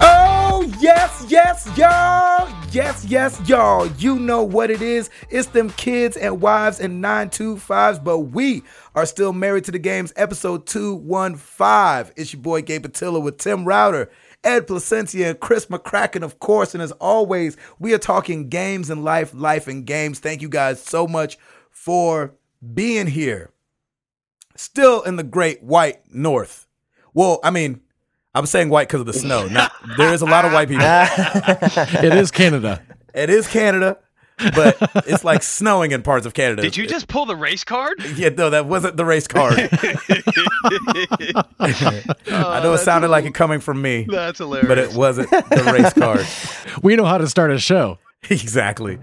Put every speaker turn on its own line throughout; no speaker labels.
Oh, Yes, y'all. Yes, yes, y'all. You know what it is. It's them kids and wives and 925s, but we are still married to the games, episode 215. It's your boy Gabe Patilla with Tim Router. Ed Placencia and Chris McCracken, of course. And as always, we are talking games and life, life and games. Thank you guys so much for being here. Still in the great white north. Well, I mean, I'm saying white because of the snow. Not, there is a lot of white people.
it is Canada.
It is Canada, but it's like snowing in parts of Canada.
Did you just pull the race card?
Yeah, no, that wasn't the race card. I
Oh,
know it sounded like it coming from me,
That's hilarious.
but it wasn't the race card.
We know how to start a show.
exactly.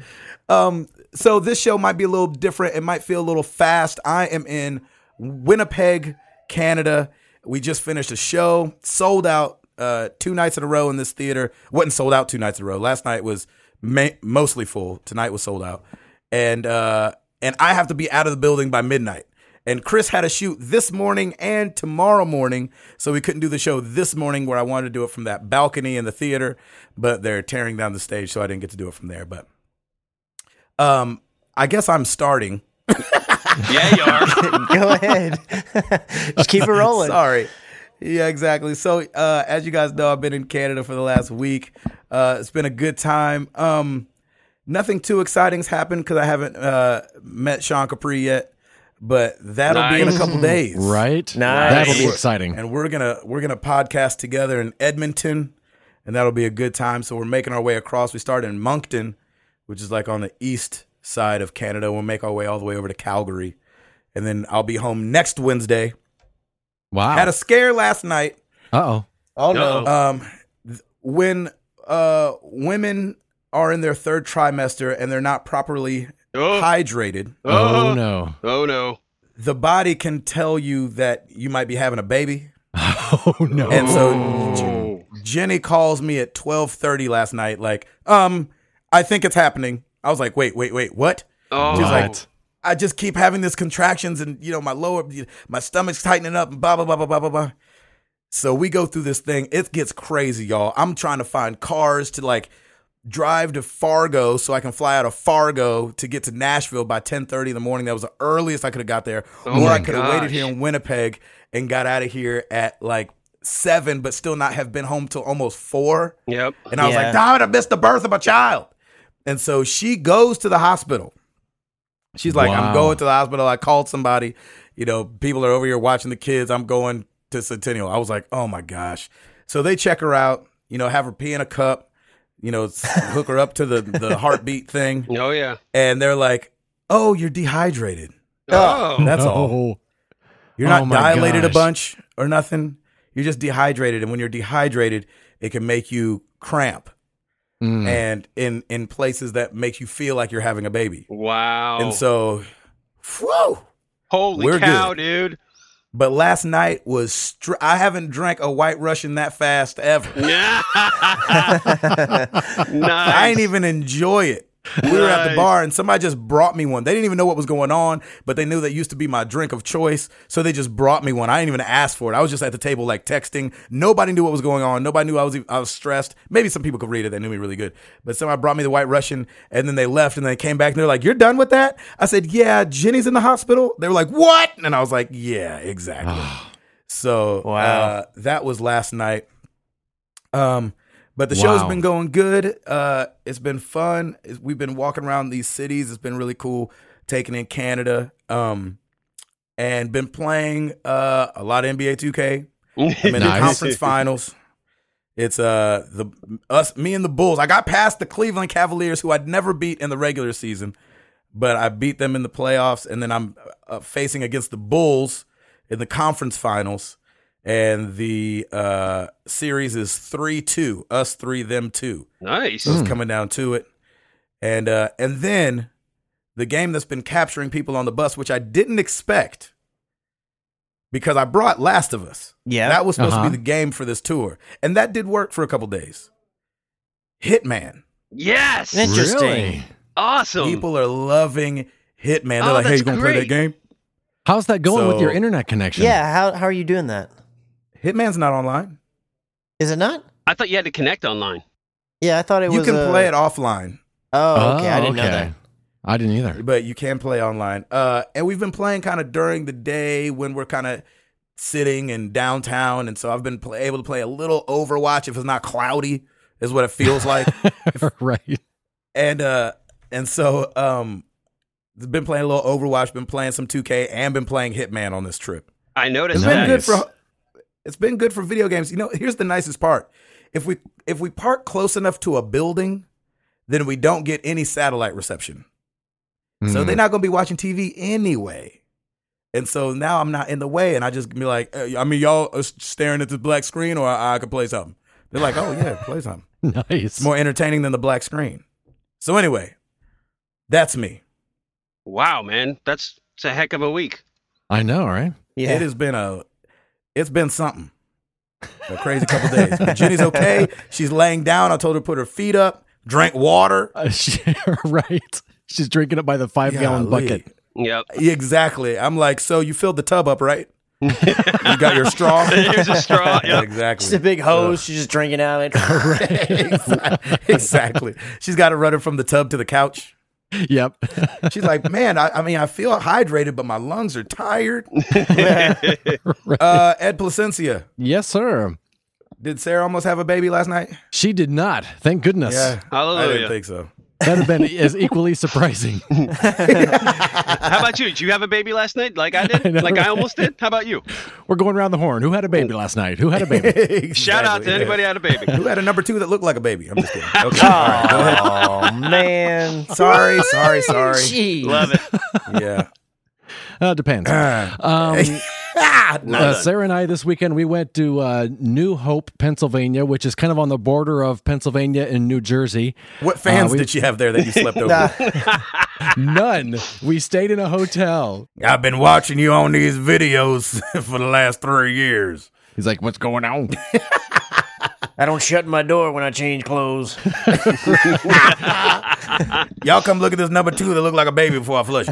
Um, so this show might be a little different. It might feel a little fast. I am in Winnipeg, Canada. We just finished a show, sold out uh, two nights in a row in this theater. wasn't sold out two nights in a row. Last night was ma- mostly full. Tonight was sold out, and uh, and I have to be out of the building by midnight. And Chris had a shoot this morning and tomorrow morning, so we couldn't do the show this morning where I wanted to do it from that balcony in the theater, but they're tearing down the stage, so I didn't get to do it from there. But um, I guess I'm starting.
yeah, you are.
Go ahead. Just keep it rolling.
Sorry. Yeah, exactly. So, uh, as you guys know, I've been in Canada for the last week. Uh, it's been a good time. Um, nothing too exciting's happened because I haven't uh, met Sean Capri yet, but that'll be in a
Nice.
couple days,
Right?
Nice.
That'll be
We're-
exciting.
And we're gonna we're gonna podcast together in Edmonton, and that'll be a good time. So we're making our way across. We start in Moncton, which is like on the east side of Canada. We'll make our way all the way over to Calgary, and then I'll be home next Wednesday. Had
Wow.
a scare last night.
Uh oh.
Oh
no.
Um, th- when uh women are in their third trimester and they're not properly
Oh,
hydrated,
Oh,
oh, no.
no.
Oh, no.
the body can tell you that you might be having a baby.
Oh no.
And so
Oh.
Jenny calls me at 12:30 last night like, "Um, I think it's happening." I was like, "Wait, wait, wait. What?"
Oh.
She's like,
What?
"I just keep having these contractions and, you know, my lower my stomach's tightening up and blah blah blah blah blah blah." blah. So we go through this thing. It gets crazy, y'all. I'm trying to find cars to like drive to Fargo so I can fly out of Fargo to get to Nashville by 10:30 in the morning. That was the earliest I could have got there.
Oh
or
my
I could have waited
gosh.
here in Winnipeg and got out of here at like 7 but still not have been home till almost 4.
Yep.
And I was like,
Yeah.
"Damn it, I missed the birth of a child." And so she goes to the hospital. She's like,
Wow.
"I'm going to the hospital. I called somebody. You know, people are over here watching the kids. I'm going to Centennial." I was like, "Oh my gosh!" So they check her out. You know, have her pee in a cup. You know, s- hook her up to the the heartbeat thing,
Oh, yeah.
and they're like, "Oh, you're dehydrated.
Oh.
That's all."
Oh.
You're
Oh
not
my
dilated a
gosh.
bunch or nothing. You're just dehydrated, and when you're dehydrated, it can make you cramp
Mm.
and in in places that make you feel like you're having a baby.
Wow.
And so, whoa!
Holy
we're
cow, dude.
But last night was str- I haven't drank a White Russian that fast ever.
nice.
I didn't even enjoy it. We were at the
Nice.
bar and somebody just brought me one. They didn't even know what was going on, but they knew that used to be my drink of choice. So they just brought me one. I didn't even ask for it. I was just at the table like texting. Nobody knew what was going on. Nobody knew I was even, I was stressed. Maybe some people could read it that knew me really good. But somebody brought me the White Russian and then they left and they came back and they're like, You're done with that? I said, Yeah, Jenny's in the hospital. They were like, What? And I was like, Yeah, exactly. so uh,
Wow.
that was last night. Um, but the show's
Wow.
been going good. Uh, it's been fun. It's- We've been walking around these cities. It's been really cool taking in Canada. Um, and been playing uh, a lot of NBA 2K. I'm in
Nice.
the conference finals. It's uh the us me and the Bulls. I got past the Cleveland Cavaliers, who I'd never beat in the regular season, but I beat them in the playoffs, and then I'm uh, facing against the Bulls in the conference finals, and the uh series is three two, us three, them two.
nice.
So it's coming down to it. And uh and then the game that's been capturing people on the bus, which I didn't expect because I brought Last of Us.
Yeah.
That was supposed to
Uh-huh.
be the game for this tour. And that did work for a couple days. Hitman.
Yes.
Nice. Interesting.
Really?
Awesome.
People are loving Hitman. They're
Oh,
like, hey,
that's
you gonna play that
great.
game?
How's that going with
So-
your internet connection?
yeah. How how are you doing that?
Hitman's not online.
Is it not?
I thought you had to connect online.
Yeah, I thought it
you
was.
can
a-
play it offline,
Oh, okay. I didn't know that.
I didn't either.
but you can play online. Uh, and we've been playing kind of during the day when we're kind of sitting in downtown, and so I've been pl- able to play a little Overwatch if it's not cloudy, is what it feels like.
right.
and uh, and so um, been playing a little Overwatch, been playing some 2K, and been playing Hitman on this trip.
I noticed
It's been
that.
good
Nice.
for. It's been good for video games. You know, here's the nicest part: if we if we park close enough to a building, then we don't get any satellite reception. So
Mm.
they're not going to be watching TV anyway. And so now I'm not in the way, and I just be like, eh, I mean, y'all are staring at the black screen, or I, I could play something. They're like, oh yeah, play something.
Hmm. nice.
It's more entertaining than the black screen. So anyway, that's me.
Wow, man, that's it's a heck of a week.
I know, right?
Yeah.
It has been a, it's been something. A crazy couple days. But Jenny's okay. She's laying down. I told her to put her feet up, drink water.
Uh, she- right. She's drinking it by the five gallon
Golly.
bucket.
Yep.
Exactly. I'm like, so you filled the tub up, right? you got your straw.
Here's a straw.
Yeah,
Yep.
exactly.
Just a big hose. She's just drinking out of it.
Exact- exactly. She's got to run it from the tub to the couch.
Yep.
She's like, man, I, I mean, I feel hydrated, but my lungs are tired. Uh, Ed Placencia,
yes, sir.
did Sarah almost have a baby last night?
She did not. Thank goodness.
I didn't
Hallelujah.
think so.
That'd have been as equally surprising.
How about you? Did you have a baby last night, like I did,
I know,
like
right?
I almost did? How about you?
We're going around the horn. Who had a baby last night? Who had a baby?
Shout out
Exactly,
to
yeah.
anybody had a baby.
Who had a number two that looked like a baby? I'm just kidding. Okay. All right, go ahead.
oh man.
Sorry, sorry, sorry.
Jeez.
Love it.
Yeah.
Uh, depends. Um,
Ah, no.
uh, Sarah and I this weekend we went to uh, New Hope, Pennsylvania, which is kind of on the border of Pennsylvania and New Jersey.
What fans
Uh, we-
did you have there that you slept over?
Nah.
None. we stayed in a hotel.
I've been watching you on these videos for the last three years.
He's like, "What's going on?"
I don't shut my door when I change clothes.
Y'all come look at this number two that looked like a baby before I flush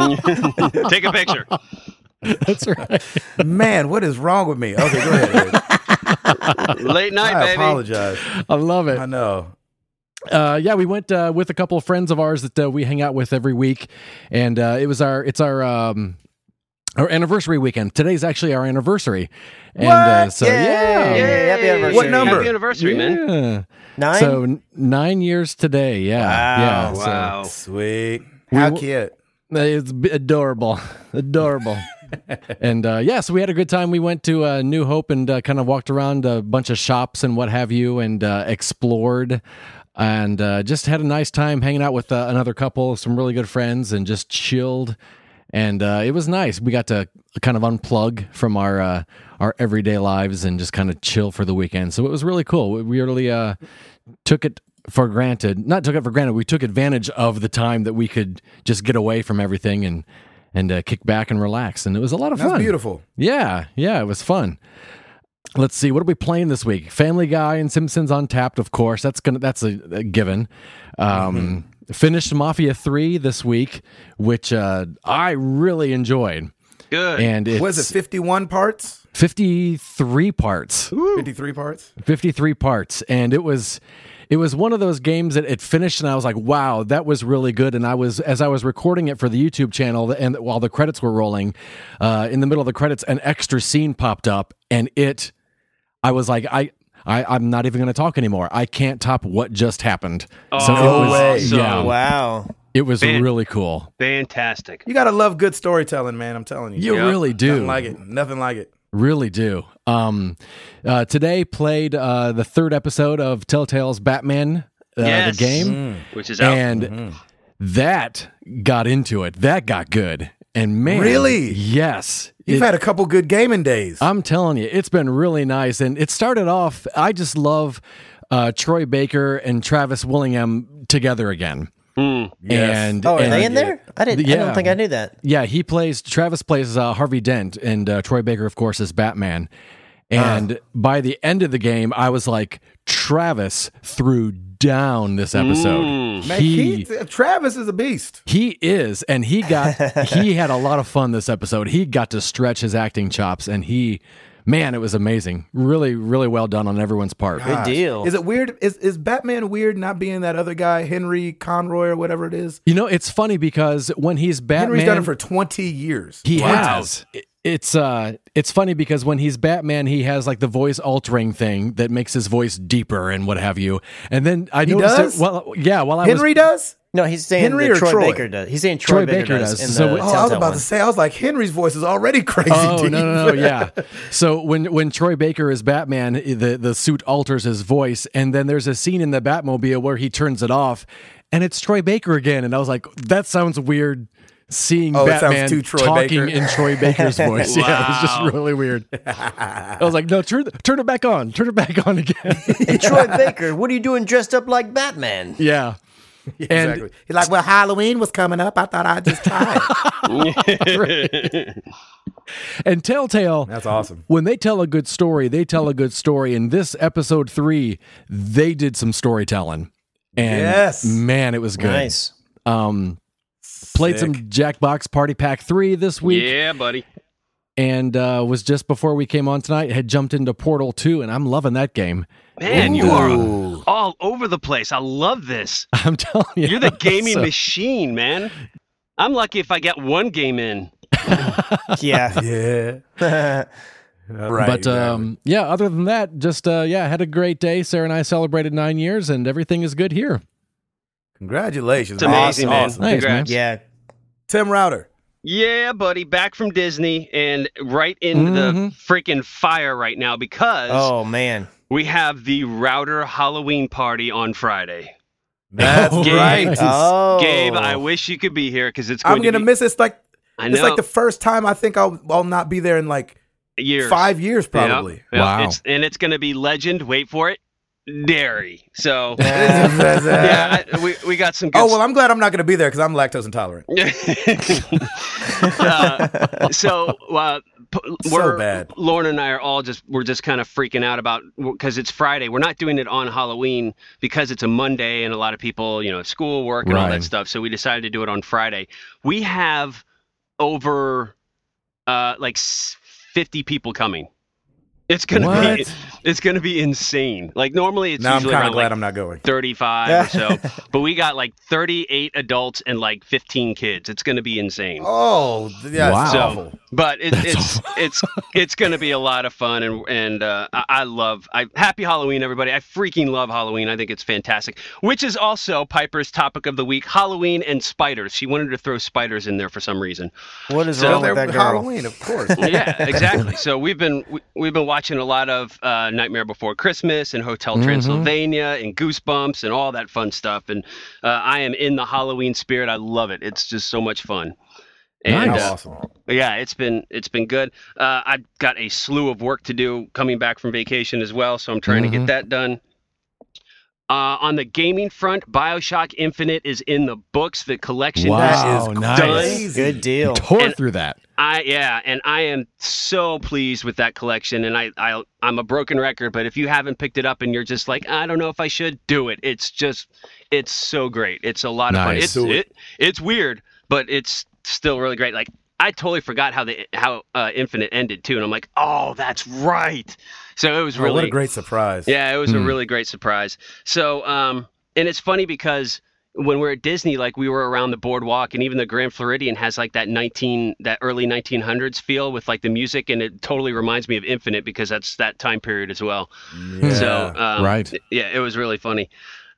it.
Take a picture.
That's right.
Man, what is wrong with me? Okay, go ahead. Ed.
Late night,
I
baby.
apologize.
I love it.
I know.
Uh, yeah, we went uh, with a couple of friends of ours that uh, we hang out with every week, and uh, it was our it's our um, our anniversary weekend. Today's actually our anniversary, and Uh,
What?
so
Yay!
yeah,
Yay! Happy anniversary.
What number?
Happy anniversary, man.
Yeah.
Nine.
So n- nine years today. Yeah. Yeah. so-
Wow.
Sweet. How
w-
cute.
It's b- adorable, adorable. and uh, yeah, so we had a good time. We went to uh, New Hope and uh, kind of walked around a bunch of shops and what have you, and uh, explored, and uh, just had a nice time hanging out with uh, another couple, some really good friends, and just chilled. And uh, it was nice. We got to kind of unplug from our uh, our everyday lives and just kind of chill for the weekend. So it was really cool. We- We really uh, took it for granted not took it for granted we took advantage of the time that we could just get away from everything and and uh, kick back and relax and it was a lot of
That's
fun
beautiful.
yeah yeah it was fun let's see what are we playing this week family guy and simpsons untapped of course that's gonna that's a, a given
Mm-hmm.
um finished mafia 3 this week which uh i really enjoyed
Good.
and it's
Was it 51 parts?
53 parts
53 parts?
53 parts and it was it was one of those games that it finished and i was like wow that was really good and i was as i was recording it for the youtube channel and while the credits were rolling uh, in the middle of the credits an extra scene popped up and it i was like i I, I'm not even going to talk anymore. I can't top what just happened. so
Oh,
it was,
awesome.
um,
yeah,
wow.
it was
Man.
really cool.
Fantastic.
You got to love good storytelling, man. I'm telling you.
You
Yeah.
really do.
Nothing like it. Nothing like it.
Really do. Um, uh, today played uh, the third episode of Telltale's Batman, uh,
Yes.
the game.
Mm.
Which is out.
and
Mm-hmm.
that got into it. That got good. And man,
Really?
Yes,
You've
It- Uh,
had a couple good gaming days.
I'm telling you, it's been really nice. And it started off. I just love uh, Troy Baker and Travis Willingham together again. And
Oh, are
and-
they in there? I didn't. I
Yeah.
don't think I knew that.
Yeah, he plays Travis plays uh, Harvey Dent, and uh, Troy Baker, of course, is Batman.
Uh.
And by the end of the game, I was like, Travis threw down this episode.
man, he, uh, Travis is a beast.
He is, and he got he had a lot of fun this episode. He got to stretch his acting chops, and he, man, it was amazing. Really, really well done on everyone's part.
Good deal.
Is it weird? Is is Batman weird not being that other guy, Henry Conroy or whatever it is?
You know, it's funny because when he's Batman,
Henry's done it for twenty years.
He has. It- It's uh, it's funny because when he's Batman, he has like the voice altering thing that makes his voice deeper and what have you. And then I noticed
does?
that. Well, yeah. While I
Henry
was
does.
No, he's saying
Henry or
that Troy,
Troy?
Baker does. He's saying
Troy
Troy, Baker,
Baker
does.
does.
in
So- Oh,
the
Oh, I was
Telltale
about
one.
to say. I was like, Henry's voice is already crazy.
Oh
deep.
no, no, no, yeah. So when when Troy Baker is Batman, the the suit alters his voice, and then there's a scene in the Batmobile where he turns it off, and it's Troy Baker again, and I was like, that sounds weird. Seeing
Oh, it sounds
Batman
too Troy Baker.
talking in Troy Baker's voice, yeah, it was just really weird. I was like, no, turn turn it back on, turn it back on again.
And Troy Baker, what are you doing dressed up like Batman?
yeah,
Exactly. He's like, well, Halloween was coming up. I thought I'd just try. it."
and Telltale.
That's awesome.
when they tell a good story, they tell a good story. In this episode three, they did some storytelling. And
Yes.
man, it was good.
Nice.
Um, played some Jackbox Party Pack 3 this week
yeah, buddy.
and uh, was just before we came on tonight, had jumped into Portal 2, and I'm loving that game.
Man, you are
Ooh.
all over the place. I love this.
I'm telling you.
You're the gaming
So-
machine, man. I'm lucky if I get one game in.
Yeah.
Yeah. right.
But um, yeah, other than that, just uh, yeah, had a great day. Sarah and I celebrated nine years, and everything is good here.
congratulations.
It's
Awesome,
amazing, man.
awesome.
Nice, man.
Congrats.
yeah.
Tim Router.
Yeah, buddy. Back from Disney and right in the
Mhm.
freaking fire right now because
Oh man.
we have the router Halloween party on Friday.
That's
Oh,
right.
nice.
Oh,
Gabe, I wish you could be here because it's going
I'm gonna
to be
miss it. It's like
I
it's
know.
like the first time I think I'll I'll not be there in like
a year.
five years
Yeah,
probably.
yeah.
Wow.
It's, and it's going to be legend. Wait for it. Dairy. So
yeah.
yeah, I, we we got some. Good
Oh well, I'm glad I'm not gonna be there because I'm lactose intolerant.
uh, so uh, p-
So
we're,
bad.
Lauren and I are all just we're just kind of freaking out about because it's Friday. We're not doing it on Halloween because it's a Monday and a lot of people you know school work and all that
Right.
stuff. So we decided to do it on Friday. We have over uh, like s- fifty people coming. It's gonna be
What?
it's gonna be insane. Like normally it's
Now I'm
usually
kind
around
of glad
like
I'm not going.
35 or so. But we got like 38 adults and like 15 kids. It's going to be insane.
Oh, th- yeah, it's
Wow.
awful.
But it, it's it's it's going to be a lot of fun, and and uh, I, I love. I happy Halloween, everybody. I freaking love Halloween. I think it's fantastic. Which is also Piper's topic of the week: Halloween and spiders. She wanted to throw spiders in there for some reason.
what is
So-
wrong
Well,
with
they're
that girl?
Halloween, of course.
yeah, exactly. So we've been we, we've been watching a lot of uh, Nightmare Before Christmas and Hotel Transylvania and Goosebumps and all that fun stuff. And uh, I am in the Halloween spirit. I love it. It's just so much fun. And
Nice.
uh,
awesome.
yeah, it's been it's been good. Uh, I've got a slew of work to do coming back from vacation as well, so I'm trying to get
Mhm.
that done. Uh, on the gaming front, Bioshock Infinite is in the books. The collection is
Wow,
That is
nice.
crazy.
Good deal.
Tore
And-
through that.
I yeah, and I am so pleased with that collection. And I I I'm a broken record, but if you haven't picked it up and you're just like I don't know if I should do it, it's just it's so great. It's a lot
Nice.
of fun.
Do
It's
it.
it it's weird, but it's still really great. Like I totally forgot how the how uh, Infinite ended too, and I'm like, oh, that's right. So it was
Oh,
really
what a great surprise.
yeah, it was a
Hmm.
really great surprise. So, um, and it's funny because when we're at Disney, like we were around the boardwalk, and even the Grand Floridian has like that 19, that early 1900s feel with like the music, and it totally reminds me of Infinite because that's that time period as well.
Yeah.
So, um,
Right.
Yeah, it was really funny.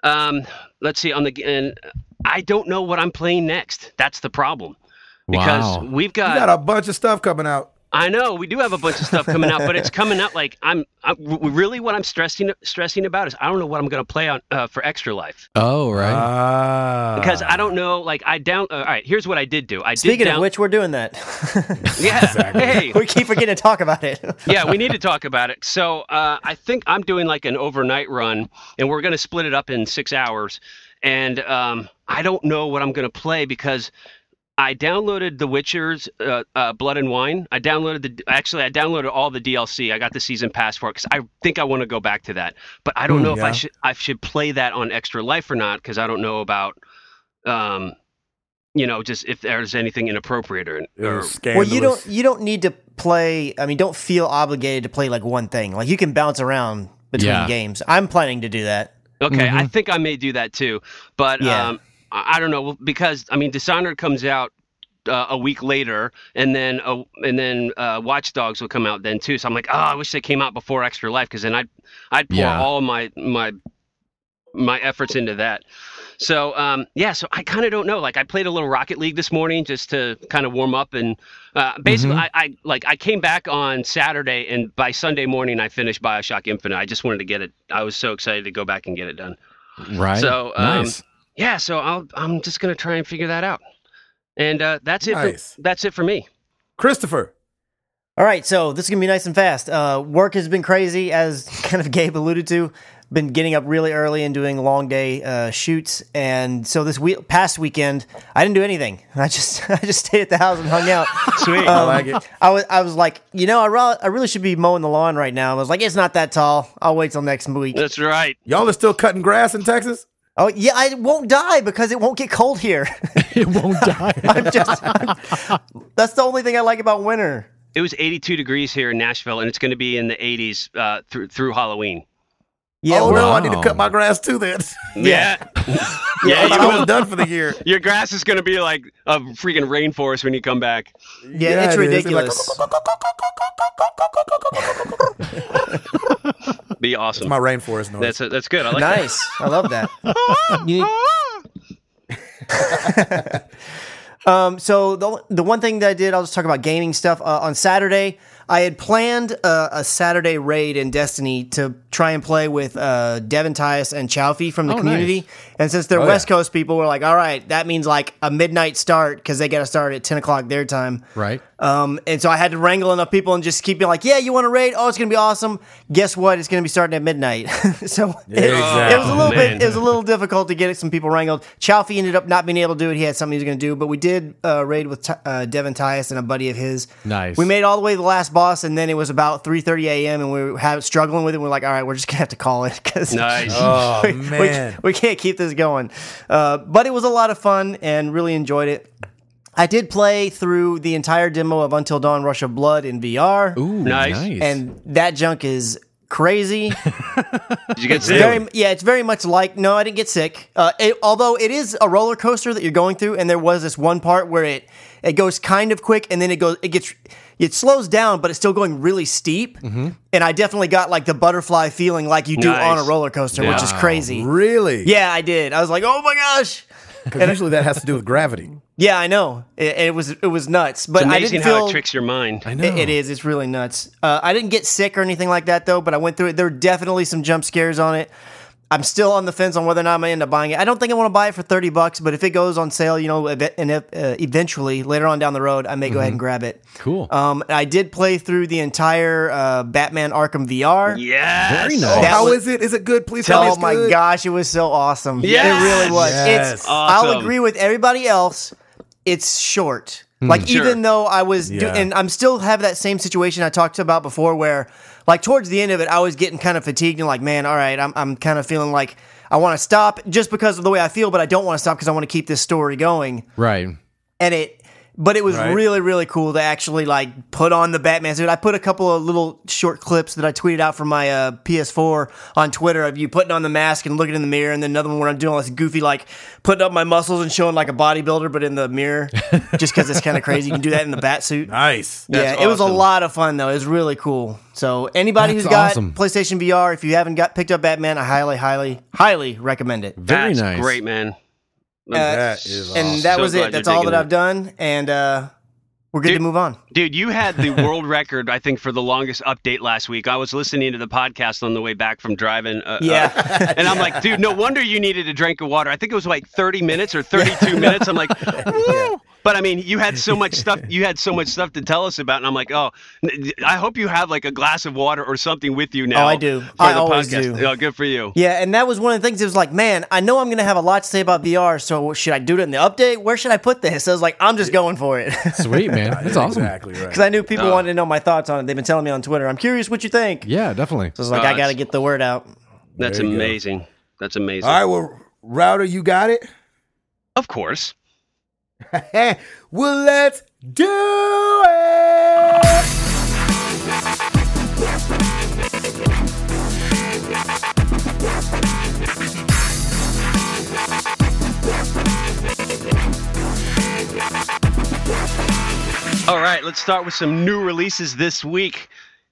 Um, let's see on the and I don't know what I'm playing next. That's the problem because
Wow.
we've
you got a bunch of stuff coming out.
I know we do have a bunch of stuff coming out, but it's coming out like I'm, I'm really what I'm stressing stressing about is I don't know what I'm going to play on uh, for Extra Life
Oh, right.
Ah.
because I don't know. Like I down. Uh, all right, here's what I did do. I
Speaking
did
of
down,
which, we're doing that.
yeah, hey,
we keep forgetting to talk about it.
yeah, we need to talk about it. So uh, I think I'm doing like an overnight run, and we're going to split it up in six hours. And um, I don't know what I'm going to play because I downloaded The Witcher's uh, uh, Blood and Wine. I downloaded the actually I downloaded all the DLC. I got the season pass for it because I think I want to go back to that. But I don't
Hmm,
know if I
yeah.
should I should play that on Extra Life or not because I don't know about. Um, you know, just if there's anything inappropriate or,
It
or
was
well, you don't
scandalous.
you don't need to play. I mean, don't feel obligated to play like one thing. Like you can bounce around between
Yeah.
games. I'm planning to do that.
Okay, I think I may do that too, but
Yeah.
um, I, I don't know well, because I mean, Dishonored comes out uh, a week later, and then uh, and then uh, Watch Dogs will come out then too. So I'm like, oh, I wish they came out before Extra Life because then I'd I'd pour
Yeah.
all my my my efforts into that. So um, yeah, so I kind of don't know. Like I played a little Rocket League this morning just to kind of warm up, and uh, basically I, I like I came back on Saturday, and by Sunday morning I finished Bioshock Infinite. I just wanted to get it. I was so excited to go back and get it done.
Right.
uh, So, um,
nice.
Yeah, so I'll, I'm just gonna try and figure that out, and uh, that's it.
Nice.
For, that's it for me.
Christopher.
All right, so this is gonna be nice and fast. Uh, work has been crazy, as kind of Gabe alluded to. Been getting up really early and doing long day uh, shoots, and so this week, past weekend, I didn't do anything. I just I just stayed at the house and hung out. Um,
Sweet.
I like it.
I was I was like, you know, I, re- I really should be mowing the lawn right now. I was like, it's not that tall. I'll wait till next week.
that's right.
Y'all are still cutting grass in Texas?
Oh yeah, I won't die because it won't get cold here.
it won't die.
I'm just that's the only thing I like about winter.
It was 82 degrees here in Nashville, and it's gonna be in the 80s uh, through through Halloween.
Yeah,
oh
we're-
no, I need to
wow.
cut my grass too then.
Yeah,
I
yeah.
thought
you
I
will-
was done for the year.
your grass is gonna be like a freaking rainforest when you come back.
yeah, it's
it is. like-
ridiculous.
Be awesome.
my rainforest noise.
that's that's good. I like that.
nice, I love that. You- um, so the the one thing that I did, I'll just talk about gaming stuff. Uh, on Saturday, I had planned uh, a Saturday raid in Destiny to try and play with uh, Devin Tyus and Chowfee from the
Oh,
community.
nice.
And since they're
Oh,
West
yeah.
Coast people, we're like, all right, that means like a midnight start because they got to start at ten o'clock their time.
right.
Um, and so I had to wrangle enough people and just keep being like, yeah, you want to raid? Oh, it's gonna be awesome. Guess what? It's gonna be starting at midnight. so it,
exactly.
it was a little
Man.
bit, it was a little difficult to get some people wrangled. Chalfie ended up not being able to do it. He had something he was gonna do, but we did uh, raid with Ty- uh, Devin Tyus and a buddy of his.
Nice.
We made all the way to the last boss, and then it was about 3:30 a.m. and we were ha- struggling with it. We're like, all right, we're just gonna have to call it because
Nice.
oh
we, we-
man.
we can't keep this going. Uh, but it was a lot of fun and really enjoyed it. I did play through the entire demo of Until Dawn Rush of Blood in VR,
Ooh,
Nice.
and that junk is crazy.
Did you get sick?
very, yeah, it's very much like no, I didn't get sick. Uh, it, although it is a roller coaster that you're going through, and there was this one part where it it goes kind of quick, and then it goes it gets it slows down, but it's still going really steep. And I definitely got like the butterfly feeling like you do
Nice.
on a roller coaster, which is
Wow.
crazy.
Really?
Yeah, I did. I was like, oh my gosh.
Because usually that has to do with gravity.
Yeah, I know. It, it was it was nuts, but
It's
I
amazing
didn't
how
feel.
it tricks your mind.
I know.
It- it is. It's really nuts. Uh, I didn't get sick or anything like that though, but I went through it. There were definitely some jump scares on it. I'm still on the fence on whether or not I'm gonna end up buying it. I don't think I want to buy it for 30 bucks, but if it goes on sale, you know, ev- and if, uh, eventually later on down the road, I may go
Mm-hmm.
ahead and grab it.
Cool.
Um, I did play through the entire uh, Batman Arkham VR.
Yes.
Very nice.
Oh,
That
how is
was-
it? Is it good? Please tell me
Oh
it's
my
good.
gosh, it was so awesome.
Yes!
It really was.
Yes.
It's
Awesome.
I'll agree with everybody else. It's short. Like
Sure.
even though I was do-
Hmm. Yeah.
and I'm still have that same situation I talked about before where like towards the end of it I was getting kind of fatigued and like man, all right, I'm I'm kind of feeling like I want to stop just because of the way I feel, but I don't want to stop because I want to keep this story going
right.
and it but it was
Right.
really really cool to actually like put on the batman suit i put a couple of little short clips that i tweeted out from my uh, ps4 on twitter of you putting on the mask and looking in the mirror and then another one where i'm doing all this goofy like putting up my muscles and showing like a bodybuilder but in the mirror just because it's kind of crazy you can do that in the bat suit
Nice.
yeah,
That's
it was a
awesome.
lot of fun though. It was really cool. So anybody
That's
who's got
awesome.
PlayStation VR, if you haven't got picked up Batman, I highly, highly, highly recommend it.
Very
That's
nice.
Great man.
That is
Uh, and
awesome.
that
So
was
glad
it. That's
you're
all that
digging
I've
it.
done, and uh, we're good to
Dude-
move on.
Dude, you had the world record, I think, for the longest update last week. I was listening to the podcast on the way back from driving. Uh,
Yeah.
uh, and I'm like, dude, no wonder you needed a drink of water. I think it was like 30 minutes or 32 minutes. I'm like, woo! But I mean, you had so much stuff. You had so much stuff to tell us about, and I'm like, oh, n- I hope you have like a glass of water or something with you now.
Oh, I do.
for
I
the
always
podcast.
do.
Oh, good for you.
Yeah, and that was one of the things. It was like, man, I know I'm going to have a lot to say about VR. So should I do it in the update? Where should I put this? I was like, I'm just going for it because
Sweet, man. That's awesome.
Exactly right.
I knew people wanted to know my thoughts on it. They've been telling me on Twitter. I'm curious what you think.
Yeah, definitely.
So I was like,
Oh,
I got to
that's-
get the word out.
That's
There you go.
amazing. That's amazing.
All right, well, router, you got it.
Of course.
well, let's do it.
All right, let's start with some new releases this week.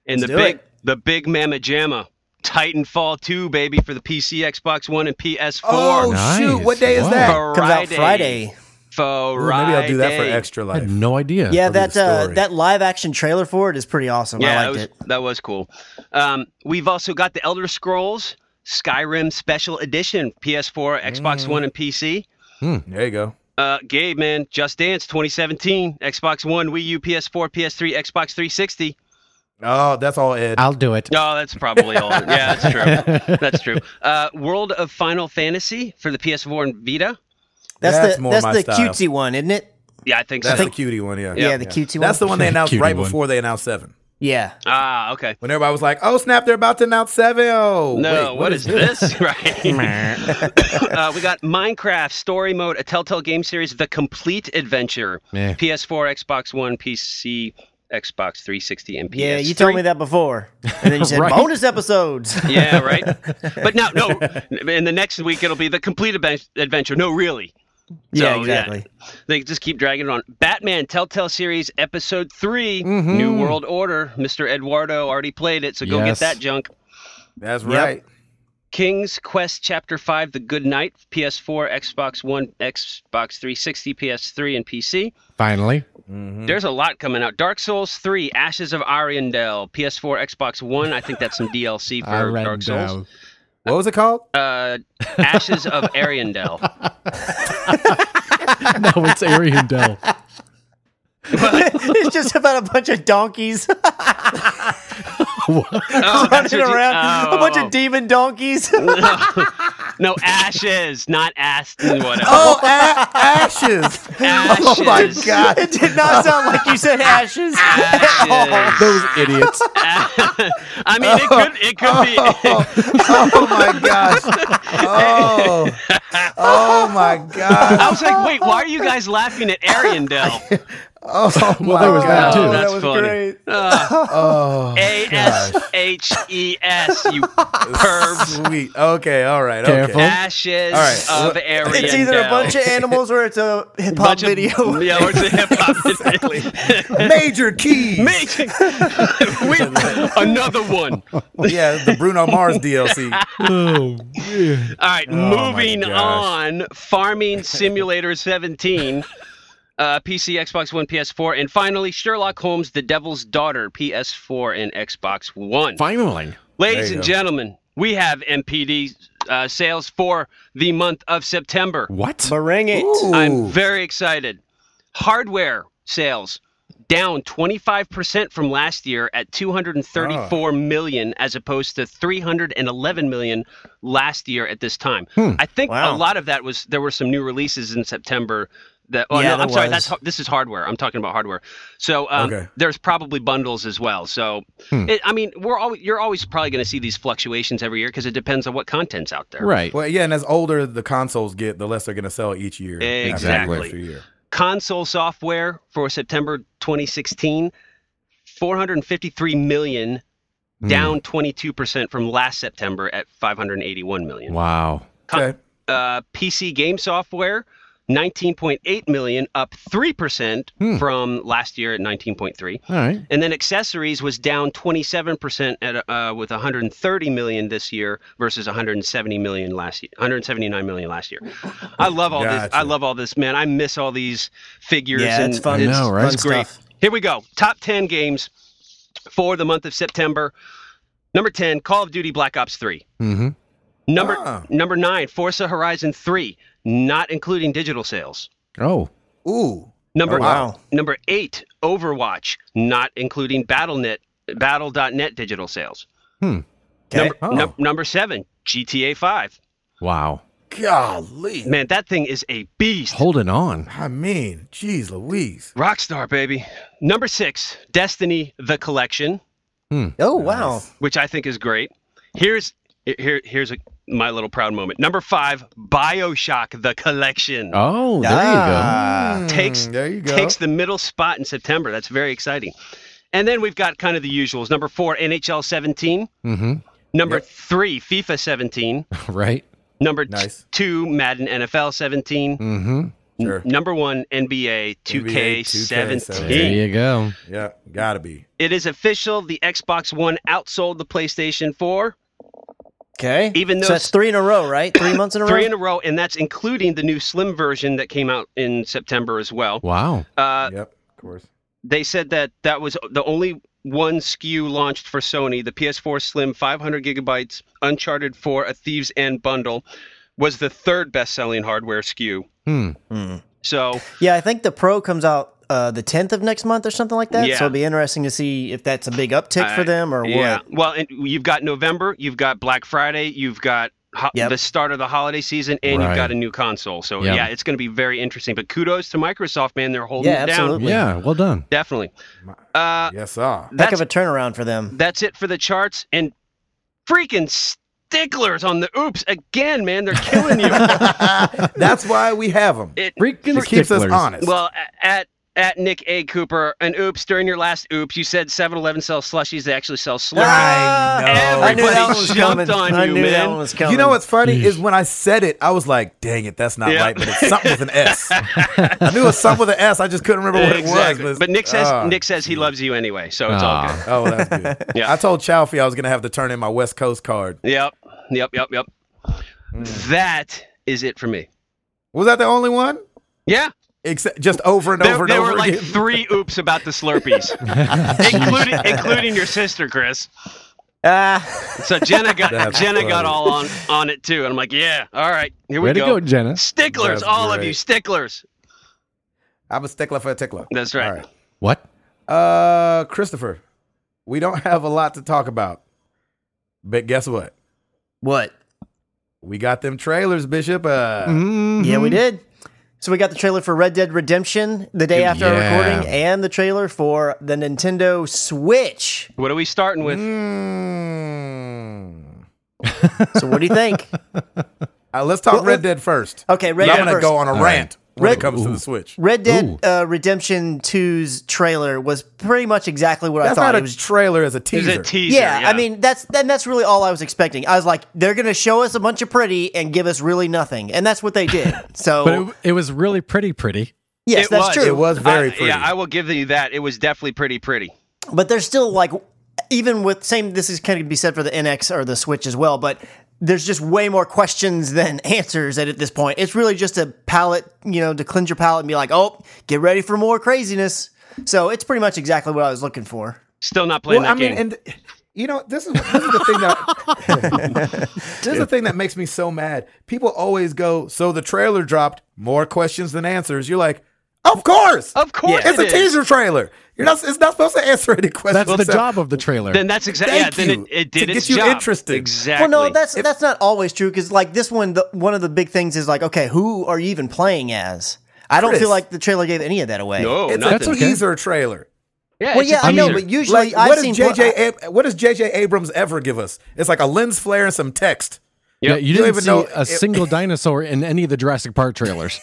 And
Let's
the
do
big
it.
the big mamma jamma. Titanfall 2, baby, for the PC, Xbox One, and PS4.
Oh
Nice.
shoot! What day is
Wow.
that?
Friday.
Comes out Friday.
Ooh, maybe
Friday.
I'll do that for extra
I had
life.
no idea.
Yeah,
I'll do the
that uh,
story.
that live action trailer for it is pretty awesome. I
Yeah,
liked
that
it.
was, that was cool. Um, we've also got the Elder Scrolls Skyrim Special Edition, PS4, Xbox
Mm-hmm.
One, and PC.
There you go.
Uh, Gabe, man, Just Dance 2017, Xbox One, Wii U, PS4, PS3, Xbox 360.
Oh, that's all Ed.
I'll do it.
No, Oh, that's probably all. yeah, that's true. That's true. Uh, World of Final Fantasy for the PS4 and Vita.
That's,
That's
the
more
that's
my
the
style.
cutesy one, isn't it?
Yeah, I think
that's
so.
the cutie one. Yeah.
Yeah, the cutesy one.
That's the one they announced
Cutie
right
one.
before they announced seven.
Yeah,
ah, okay.
When everybody was like, "Oh snap, they're about to announce seven. Oh,
No,
wait,
what is, this? right. uh, we got Minecraft Story Mode, a Telltale game series, The Complete Adventure.
Yeah.
PS4, Xbox One, PC, Xbox 360, and PS3.
yeah. You told me that before, and then you said
Right.
bonus episodes.
Yeah, right. but no, no. In the next week, it'll be The Complete Adven- Adventure. No, really.
yeah,
So,
exactly.
They just keep dragging it on. Batman Telltale Series Episode 3, New World Order. Mr. Eduardo already played it, so go
Yes.
get that junk.
That's
Yep.
right.
King's Quest Chapter 5 The Good Knight, PS4, Xbox One, Xbox 360, PS3, and PC.
Finally.
There's a lot coming out. Dark Souls 3, Ashes of Ariandel, PS4, Xbox One. I think that's some DLC
I
for
read
Dark Souls.
down.
What was it called?
Uh, Ashes of Ariandel. Oh,
No, it's Arian Dell.
it's just about a bunch of donkeys
Oh, that's
running
what you-
around,
oh,
a bunch
oh.
of demon donkeys.
Oh,
No, Ashes, not Aston, whatever.
Oh, a- ashes.
ashes.
Oh my god.
it did not sound like you said ashes. Oh,
Ashes.
Those idiots.
I mean, it could, it could be.
Oh my gosh. Oh. Oh my god.
I was like, wait, why are you guys laughing at Ariandel?
Oh my
there was
god.
that too.
Oh, that's
that was
funny.
great.
Oh.
A S H E S, you pervs.
Sweet. Okay. All right.
Careful.
Okay.
Ashes
All right,
of
let-
Ariandel.
It's either a bunch of animals or it's a hip hop
Bunch of-
video.
yeah, or it's a hip hop video.
Major keys.
Amazing. We- another one. All
yeah, the Bruno Mars DLC.
oh,
right,
Oh my
moving
gosh.
on. Farming Simulator 17. Uh, PC, Xbox One, PS4, and finally Sherlock Holmes: The Devil's Daughter, PS4 and Xbox One.
finally.
Ladies
There you
and
go.
gentlemen, we have MPD uh, sales for the month of September.
What?
Bring it.
I'm very excited. Hardware sales down 25% from last year at
Ah.
234 million as opposed to 311 million last year at this time. I think a
Hmm. Wow.
lot of that was there were some new releases in September that oh
Yeah,
no,
there
I'm sorry,
was.
that's har- this is hardware. I'm talking about hardware. So um,
Okay.
there's probably bundles as well. So
Hmm.
it, I mean, we're always you're always probably going to see these fluctuations every year because it depends on what content's out there.
Right.
Well, yeah, and as older the consoles get, the less they're going to sell each year. after
Exactly.
After year.
console software for September 2016, 453 million, down 22% from last September at 581 million.
Wow.
Okay.
Uh, PC game software, 19.8 million, up 3% from last year at 19.3.
All right.
And then accessories was down 27% at uh, with 130 million this year versus 170 million last year, 179 million last year. I love all this. I
Gotcha.
love all this, man. I miss all these figures.
Yeah,
and
it's fun.
I know, right?
Fun
It's
great.
stuff.
Here we go. Top 10 games for the month of September. Number 10, Call of Duty Black Ops 3.
Mm-hmm.
Number
Ah.
number 9, Forza Horizon 3, not including digital sales.
Oh.
Ooh.
Number
Oh,
wow.
number 8, Overwatch, not including BattleNet battle.net digital sales.
Okay.
Oh.
Num- number 7, GTA 5.
Wow.
Golly.
Man, that thing is a beast.
Holding on.
I mean, geez, Louise.
Rockstar baby. Number 6, Destiny the Collection.
Oh wow.
which I think is great. Here's here here's a, my little proud moment. Number five, Bioshock: The Collection
Oh, there
Ah.
takes
Mm, there you go.
takes the middle spot in September. That's very exciting. And then we've got kind of the usuals. Number four, NHL 17.
you go. Mm-hmm.
Number three, FIFA 17.
Right.
Number t-
Nice. Mm.
two, Madden NFL 17.
Mm-hmm.
Sure.
number one NBA 2K17.
NBA 2K17.
There you go.
Yeah, gotta be.
It is official. The Xbox One outsold the PlayStation 4
Okay.
Even though
so that's three in a row, right? Three months in a
three
row.
in a row, and that's including the new Slim version that came out in September as well.
Wow.
Uh,
yep, of course.
they said that that was the only one SKU launched for Sony. The PS4 Slim 500 gigabytes Uncharted 4 A Thieves End bundle was the third best-selling hardware SKU.
Hmm.
So
yeah, I think the Pro comes out uh, the tenth of next month or something like that.
Yeah.
So it'll be interesting to see if that's a big uptick
I-
for them or
yeah,
what.
well, and you've got November, you've got Black Friday, you've got ho-
Yep.
the start of the holiday season, and
Right.
you've got a new console. So
Yep.
yeah, it's going to be very interesting. But kudos to Microsoft, man, they're holding
Yeah,
it down.
absolutely.
Yeah. Well done.
Definitely. Uh,
Yes, ah.
Heck
that's
of a turnaround for them.
that's it for the charts and freaking sticklers on the oops again man they're killing you
That's why we have them.
it,
Freaking
It keeps us
sticklers.
honest.
well a- at at nick a cooper an oops during your last oops you said 7-eleven sells slushies they actually sell slurpees
Ah,
I
know.
I knew that
Everybody
one was
jumped
coming.
on
I
you,
knew that
man.
one was coming.
you know what's funny is when I said it, I was like, "Dang it, that's not
Yeah.
right." But it's something with an S. I knew it was something with an S. I just couldn't remember what
Exactly.
it was.
but nick says
ah.
nick says he loves you anyway so it's all
Ah.
good
Oh, that's good.
Yeah.
I told Chalfie I was gonna have to turn in my West Coast card.
yep yep yep yep
Hmm.
that is it for me
Was that the only one?
yeah
Except just over and
there,
over and
there
over
were like
again.
three oops about the slurpees including including your sister chris
Ah,
So Jenna got
That's
Jenna
funny.
got all on on it too, and I'm like, yeah, all right, here
Way
we
to
go.
go, Jenna.
Sticklers,
That's
all of
great.
you, sticklers.
I'm a stickler for a tickler.
That's right.
All
What?
right. Uh, Christopher, we don't have a lot to talk about, but guess what?
what?
We got them trailers, Bishop. Uh,
Yeah, we did. So we got the trailer for Red Dead Redemption the day after our
Yeah.
recording, and the trailer for the Nintendo Switch.
What are we starting with?
mm.
So what do you think?
Uh, let's talk
Well,
Red Dead first.
Okay, Red
I'm
Dead
gonna
first.
go on a
All
rant when
Red-
it comes to the Switch.
Red
Ooh.
Dead uh, Redemption 2's trailer was pretty much exactly what I
That's
thought.
not
It
a
was
trailer, as a
Is
teaser.
it teaser?
yeah, I mean that's then that's really all I was expecting. I was like, they're gonna show us a bunch of pretty and give us really nothing, and that's what they did. So
But it, it was really pretty, pretty.
yes,
It
that's
was.
true.
it was
I-
very pretty.
yeah, I will give you that. It was definitely pretty pretty.
but there's still like even with same this is kind of be said for the NX or the Switch as well, but there's just way more questions than answers at, at this point. It's really just a palette, you know, to cleanse your palate and be like, "Oh, get ready for more craziness." So it's pretty much exactly what I was looking for.
Still not playing
well, I
that
mean,
game.
and you know, this is, this is the thing that this is the thing that makes me so mad. People always go, so the trailer dropped more questions than answers. You're like, of course,
Of course
it's
it
a
is.
teaser trailer. You're not, it's not supposed to answer any questions.
That's the
except-
job of the trailer.
then that's exactly. Yeah,
Thank
then
you.
it, it did
To get
its
you
job.
interested. Well, no,
Exactly.
Well, no, that's that's not always true because like this one, the, one of the big things is like, okay, who are you even playing as? I don't
Chris.
feel like the trailer gave any of that away.
no,
It's
nothing.
a
okay.
teaser trailer.
yeah,
Well,
it's a
yeah, I know,
teaser.
but usually
Like,
I've
what does
seen
JJ? Ab- what does JJ Abrams ever give us? It's like a lens flare and some text.
yeah, you
You
didn't
even
see
know-
a
it-
single dinosaur in any of the Jurassic Park trailers.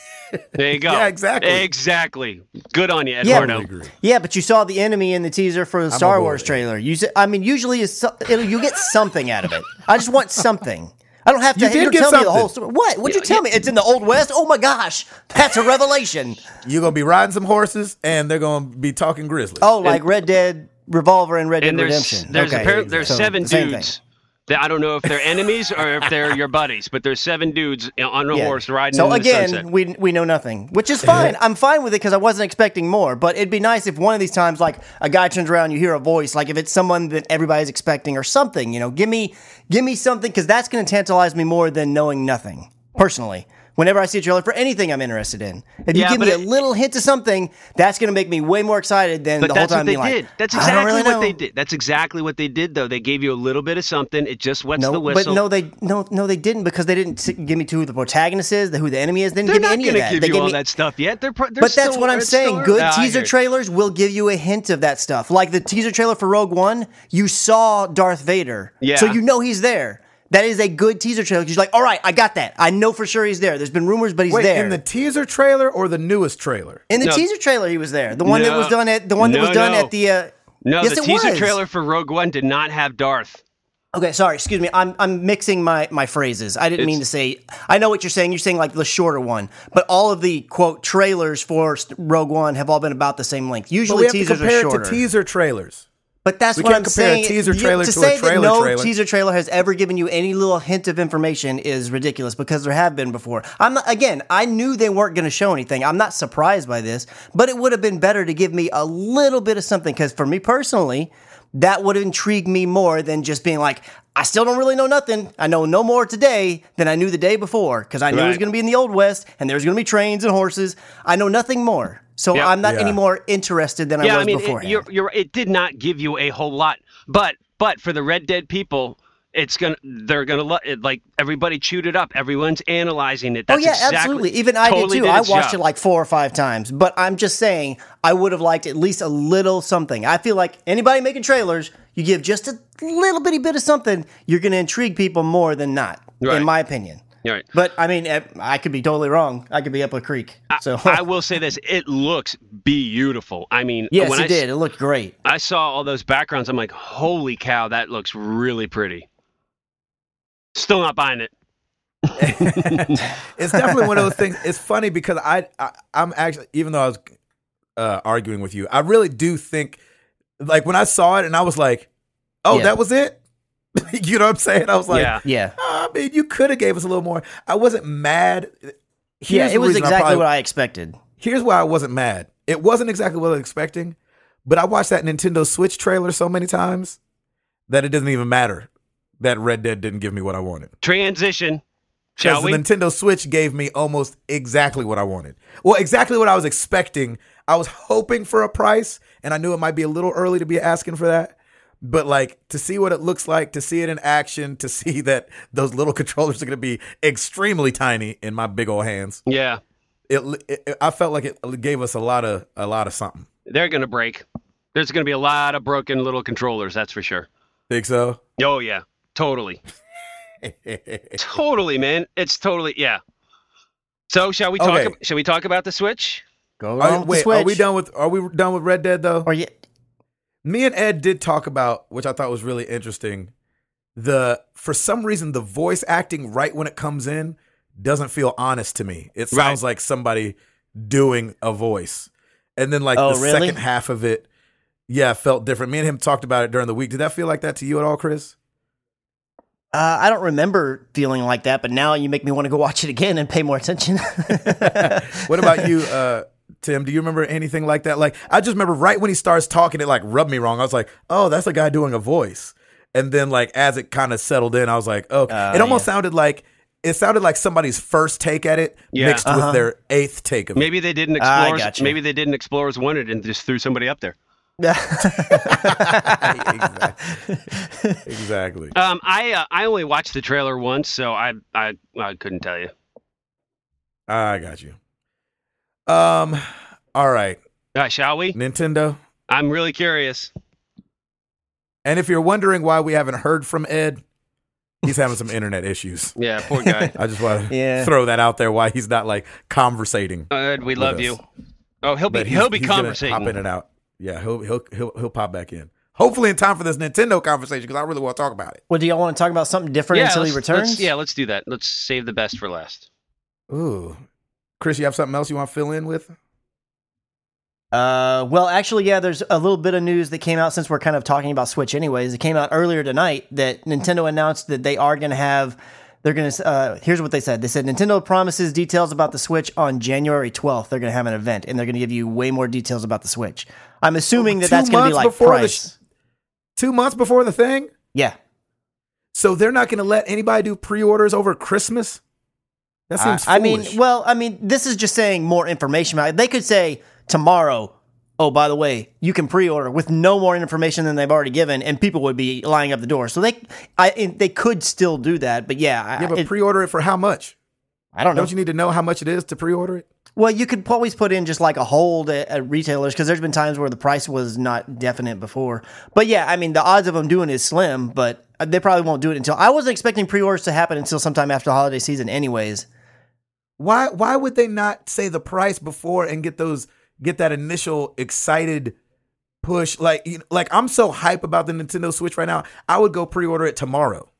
there you go.
Yeah, exactly.
Exactly. Good on you,
Yeah,
Eduardo.
Yeah, but you saw the enemy in the teaser for the Star
aboard.
Wars trailer. You, s- I mean, usually it's, so- it'll, you get something out of it. I just want something. I don't have to
You did
don't
get
tell me the
something.
whole story. What? What'd you tell me? It's in the Old West. Oh my gosh, that's a revelation.
You're gonna be riding some horses, and they're gonna be talking grizzlies.
Oh, like Red Dead Revolver and Red Dead
And there's
Redemption.
there's
okay.
apparently there's
so,
seven
the same
dudes.
thing.
That I don't know if they're enemies or if they're your buddies, but there's seven dudes on a
Yeah.
horse riding.
So
in the
again,
sunset.
we we know nothing, which is fine. I'm fine with it because I wasn't expecting more. But it'd be nice if one of these times, like a guy turns around, you hear a voice, like if it's someone that everybody's expecting or something. You know, give me give me something because that's going to tantalize me more than knowing nothing. Personally, whenever I see a trailer for anything I'm interested in, if you
Yeah,
give
but
me a
it-
little hint of something, that's going to make me way more excited than
But
the whole
that's
time
what they
being like,
did. That's
"I don't
exactly
really
what
know."
they did. That's exactly what they did, though. They gave you a little bit of something. It just wets
No,
the
but
whistle.
no, they no, no, they didn't because they didn't s- give me to who the protagonist is, the, who the enemy is. They didn't
they're
give me
not
any of
going to
that.
give
they
you
gave
all
me,
that stuff yet. They're, pro- they're
But that's
still-
what I'm
it's
saying.
still-
Good
Ah, I
teaser
hear you.
trailers will give you a hint of that stuff. Like the teaser trailer for Rogue One, you saw Darth Vader.
Yeah.
So you know he's there. That is a good teaser trailer. 'cause You're like, all right, I got that. I know for sure he's there. There's been rumors, but he's
Wait,
there.
in the teaser trailer or the newest trailer?
In the
No.
teaser trailer, he was there. The one that
No.
was done at the one that
No,
was done
no.
at the. Uh,
No,
yes,
the
it
teaser
was.
trailer for Rogue One did not have Darth.
Okay, sorry, excuse me. I'm I'm mixing my my phrases. I didn't mean to say. I know what you're saying. You're saying like the shorter one, but all of the quote trailers for st- Rogue One have all been about the same length.
But
Usually
we have to
teasers
compare
are
it
shorter.
to teaser trailers.
but that's
we
what
can't
I'm
compare a
saying.
teaser
You-
trailer
to
to a
say that
trailer
no
trailer.
teaser trailer has ever given you any little hint of information is ridiculous because there have been before. I'm not, again. I knew they weren't going to show anything. I'm not surprised by this, but it would have been better to give me a little bit of something because for me personally, that would intrigue me more than just being like, I still don't really know nothing. I know no more today than I knew the day before because I knew it was
Right.
going to be in the Old West and there's going to be trains and horses. I know nothing more. So
Yep.
I'm not
Yeah.
any more interested than I
yeah,
was
I mean, it,
beforehand.
you're, you're, it did not give you a whole lot, but but for the Red Dead people, it's gonna they're gonna lo- it, like everybody chewed it up. Everyone's analyzing it. That's
oh yeah,
exactly,
absolutely. Even I
totally
did too. I
its
watched
job.
it like four or five times, but I'm just saying I would have liked at least a little something. I feel like anybody making trailers, you give just a little bitty bit of something, you're going to intrigue people more than not,
Right.
in my opinion.
Right.
But I mean, eh, I could be totally wrong. I could be up a creek. So
I will say this: it looks beautiful. I mean,
yes,
when
it
I, s-
did. It looked great.
I saw all those backgrounds. I'm like, holy cow, that looks really pretty. Still not buying it.
It's definitely one of those things. It's funny because I, I I'm actually even though I was uh, arguing with you, I really do think like when I saw it and I was like, oh,
Yeah.
that was it. you know what I'm saying? I was like,
yeah,
Yeah.
I mean, you could have gave us a little more. I wasn't mad. Here's
yeah,
the
it was
reason I
exactly
probably-
what I expected.
Here's why I wasn't mad. It wasn't exactly what I was expecting, but I watched that Nintendo Switch trailer so many times that it doesn't even matter that Red Dead didn't give me what I wanted.
transition. Shall
Because the
we?
Nintendo Switch gave me almost exactly what I wanted. Well, exactly what I was expecting. I was hoping for a price, and I knew it might be a little early to be asking for that. But like to see what it looks like, to see it in action, to see that those little controllers are going to be extremely tiny in my big old hands.
yeah,
It, it I felt like it gave us a lot of a lot of something.
they're gonna break. There's gonna be a lot of broken little controllers. That's for sure.
Think so?
Oh yeah, totally, totally, man. It's totally yeah. So shall we talk?
Okay.
ab- shall we talk about the Switch?
Go
Are-
on with the
wait,
Switch.
are we done with are we done with Red Dead though?
Or yeah,
me and Ed did talk about, which I thought was really interesting. The for some reason the voice acting right when it comes in doesn't feel honest to me. It sounds like somebody doing a voice, and then like
Oh,
the
really?
second half of it, yeah, felt different. Me and him talked about it during the week. Did that feel like that to you at all, Chris?
Uh, I don't remember feeling like that, but now you make me want to go watch it again and pay more attention.
What about you, uh, Tim? Do you remember anything like that? Like I just remember right when he starts talking, it like rubbed me wrong. I was like, oh, that's a guy doing a voice. And then like as it kind of settled in, I was like, okay.
Uh,
it almost sounded like it sounded like somebody's first take at it
Yeah. uh-huh.
mixed with their eighth take of it.
Maybe they didn't
Ah, I
explorers.
gotcha.
Maybe they didn't explorers wanted and just threw somebody up there.
exactly. exactly.
Um, I uh, I only watched the trailer once, so I I, I couldn't tell you.
I got you. Um. All right,
Uh, shall we?
Nintendo.
I'm really curious.
And if you're wondering why we haven't heard from Ed, he's having some internet issues.
Yeah, poor guy.
I just want to
Yeah.
throw that out there why he's not like conversating.
Ed, we
With
love
us.
you. Oh, he'll be
But
he'll be
gonna
conversating.
Hop in and out. Yeah, he'll he'll he'll he'll pop back in. Hopefully in time for this Nintendo conversation because I really want to talk about it.
well, do y'all want to talk about something different
yeah,
until he
let's-
returns?
let's- yeah, let's do that. Let's save the best for last.
Ooh, Chris, you have something else you want to fill in with?
Uh, well, actually, yeah, there's a little bit of news that came out since we're kind of talking about Switch, anyways. It came out earlier tonight that Nintendo announced that they are going to have. They're going to. Uh, here's what they said. They said Nintendo promises details about the Switch on January 12th. They're going to have an event, and they're going to give you way more details about the Switch. I'm assuming that
Oh, Two
that's going to be
months
like
before the sh-
price.
Two months before the thing,
yeah,
so they're not going to let anybody do pre-orders over Christmas. That
I-
seems.
I mean,
foolish.
well, I mean, this is just saying more information. about it. They could say tomorrow. Oh, by the way, you can pre-order with no more information than they've already given, and people would be lining up the door. So they, I, it- they could still do that, but yeah, I-
yeah, but
it-
pre-order it for how much?
I don't know.
Don't you need to know how much it is to pre-order it?
well, you could always put in just like a hold at, at retailers because there's been times where the price was not definite before. But yeah, I mean, the odds of them doing is slim, but uh, they probably won't do it until I wasn't expecting pre-orders to happen until sometime after the holiday season, anyways.
Why why would they not say the price before and get those get that initial excited push. Like, you like I'm so hype about the Nintendo Switch right now. I would go pre-order it tomorrow.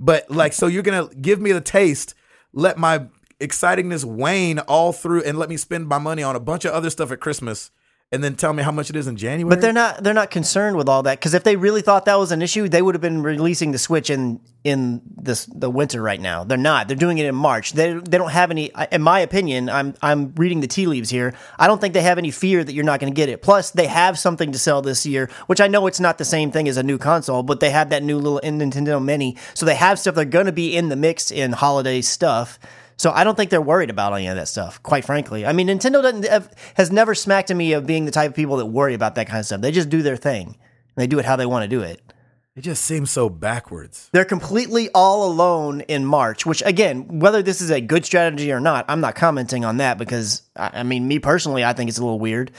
But like, so you're gonna give me the taste, let my excitingness wane all through, and let me spend my money on a bunch of other stuff at Christmas, and then tell me how much it is in January.
But they're not they're not concerned with all that because if they really thought that was an issue, they would have been releasing the Switch in in this the winter right now. They're not. They're doing it in March. They they don't have any. I- In my opinion, I'm I'm reading the tea leaves here. I don't think they have any fear that you're not going to get it. Plus, they have something to sell this year, which I know it's not the same thing as a new console, but they have that new little Nintendo Mini, so they have stuff. They're going to be in the mix in holiday stuff. So I don't think they're worried about any of that stuff, quite frankly. I mean, Nintendo doesn't have, has never smacked at me of being the type of people that worry about that kind of stuff. They just do their thing and they do it how they want to do it.
it just seems so backwards.
They're completely all alone in March, which again, whether this is a good strategy or not, I'm not commenting on that because I I mean, me personally, I think it's a little weird.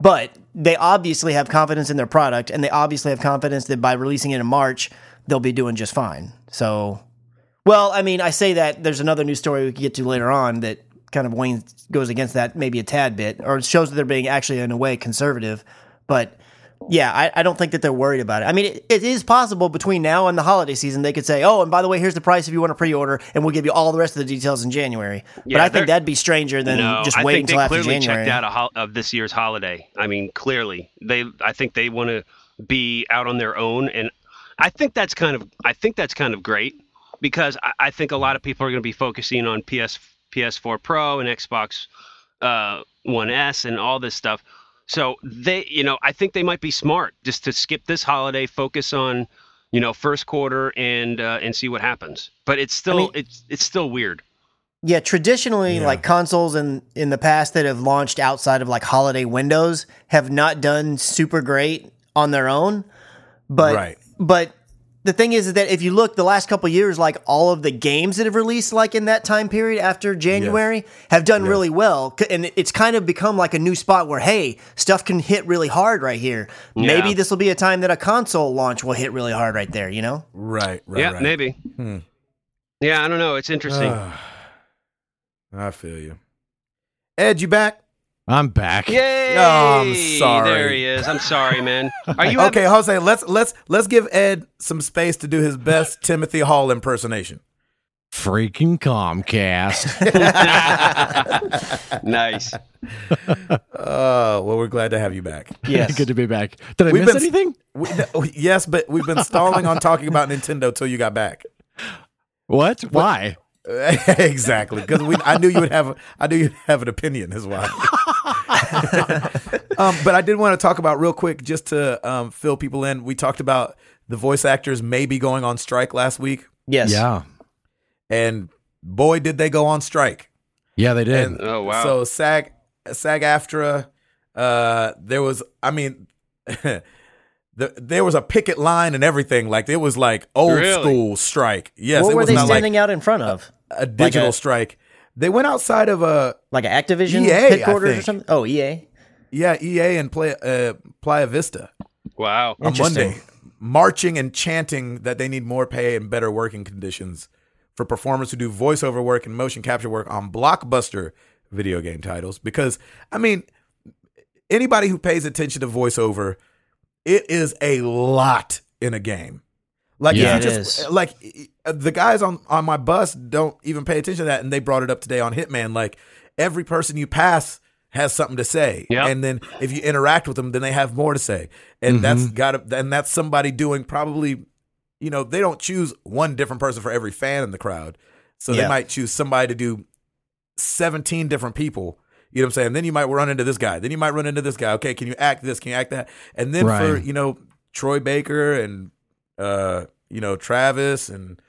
But they obviously have confidence in their product and they obviously have confidence that by releasing it in March, they'll be doing just fine. So, well, I mean, I say that there's another news story we can get to later on that kind of wanes goes against that maybe a tad bit or shows that they're being actually in a way conservative, but yeah, I, I don't think that they're worried about it. I mean, it, it is possible between now and the holiday season they could say, "Oh, and by the way, here's the price if you want to pre-order, and we'll give you all the rest of the details in January."
Yeah,
but I
they're-
think that'd be stranger than
no,
just
I
waiting
think
until
they
after
clearly
January.
checked out of, hol- of this year's holiday. I mean, clearly they. I think they want to be out on their own, and I think that's kind of. I think that's kind of great because I, I think a lot of people are going to be focusing on PS PS4 Pro and Xbox uh, One S and all this stuff. So they, you know, I think they might be smart just to skip this holiday, focus on, you know, first quarter and uh, and see what happens. But it's still
mean-
it's it's still weird.
Yeah, traditionally, like consoles in in the past that have launched outside of like holiday windows have not done super great on their own. But
Right.
but the thing is, is that if you look the last couple years, like all of the games that have released like in that time period after January have done really well, C- and it's kind of become like a new spot where hey, stuff can hit really hard right here. Maybe
Yeah.
this will be a time that a console launch will hit really hard right there. You know.
Right, right,
yeah,
right.
maybe.
Hmm.
Yeah, I don't know. It's interesting.
I feel you. Ed, you back?
I'm back.
Yay!
Oh, I'm sorry.
There he is. I'm sorry, man. Are you
okay, Jose, let's let's let's give Ed some space to do his best Timothy Hall impersonation.
Freaking Comcast.
having- nice?
Uh, well, we're glad to have you back.
Yes.
Good to be back. Did I
We've
miss
been-
anything?
We, no, yes, but we've been stalling on talking about Nintendo till you got back.
What? Why?
exactly, because we I knew you would have I knew you'd have an opinion is why. um, but I did want to talk about real quick just to um, fill people in. We talked about the voice actors maybe going on strike last week,
yes.
Yeah.
and boy, did they go on strike.
Yeah, they did.
And
Oh, wow.
So SAG SAG AFTRA, uh, there was I mean, the, there was a picket line and everything. Like it was like old
Really?
school strike. Yes,
what
it
were
was
they
not
standing out in front of?
like a digital
Like a-
strike. They went outside of uh, E a
like an Activision
EA, I
headquarters or
think.
something. Oh, EA.
yeah EA and play uh, Playa Vista
Wow.
on
Interesting.
Monday, marching and chanting that they need more pay and better working conditions for performers who do voiceover work and motion capture work on blockbuster video game titles. Because, I mean, anybody who pays attention to voiceover, it is a lot in a game. Like
Yeah,
if you
it
just
is.
like uh, the guys on on my bus don't even pay attention to that, and they brought it up today on Hitman. Like every person you pass has something to say,
Yep.
and then if you interact with them, then they have more to say, and that's got to, and that's somebody doing probably, you know, they don't choose one different person for every fan in the crowd, so they
Yeah.
might choose somebody to do 17 different people. You know what I'm saying? Then you might run into this guy. Then you might run into this guy. Okay, can you act this? Can you act that? And then for,
Right.
you know, Troy Baker and uh, you know, Travis and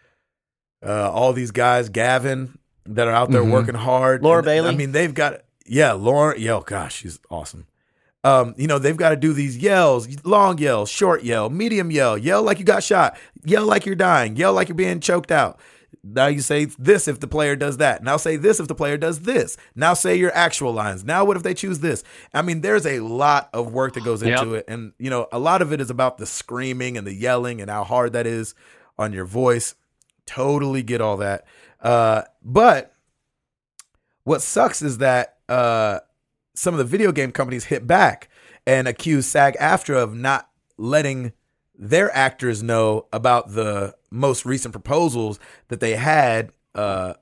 uh all these guys, Gavin, that are out there
Mhm.
working hard.
Laura
And,
Bailey?
I mean, they've got yeah, Laura, yeah, oh gosh, she's awesome. Um, you know, they've got to do these yells, long yell, short yell, medium yell, yell like you got shot, yell like you're dying, yell like you're being choked out. Now you say this if the player does that. Now say this if the player does this. Now say your actual lines. Now what if they choose this? I mean, there's a lot of work that goes into it. And, you know, a lot of it is about the screaming and the yelling and how hard that is on your voice. Totally get all that. Uh, but what sucks is that uh, some of the video game companies hit back and accused SAG AFTRA of not letting their actors know about the most recent proposals that they had uh,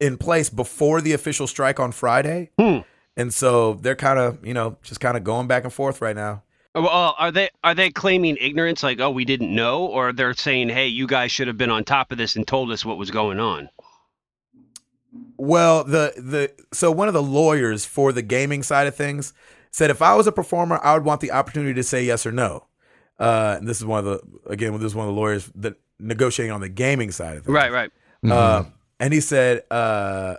in place before the official strike on Friday.
Hmm.
And so they're kind of, you know, just kind of going back and forth right now.
Well, are they are they claiming ignorance, like oh we didn't know, or they're saying hey you guys should have been on top of this and told us what was going on?
Well, the the so one of the lawyers for the gaming side of things said if I was a performer, I would want the opportunity to say yes or no. Uh, and this is one of the again, this is one of the lawyers that negotiating on the gaming side of things.
Right, right.
Mm-hmm.
Uh, and he said, uh,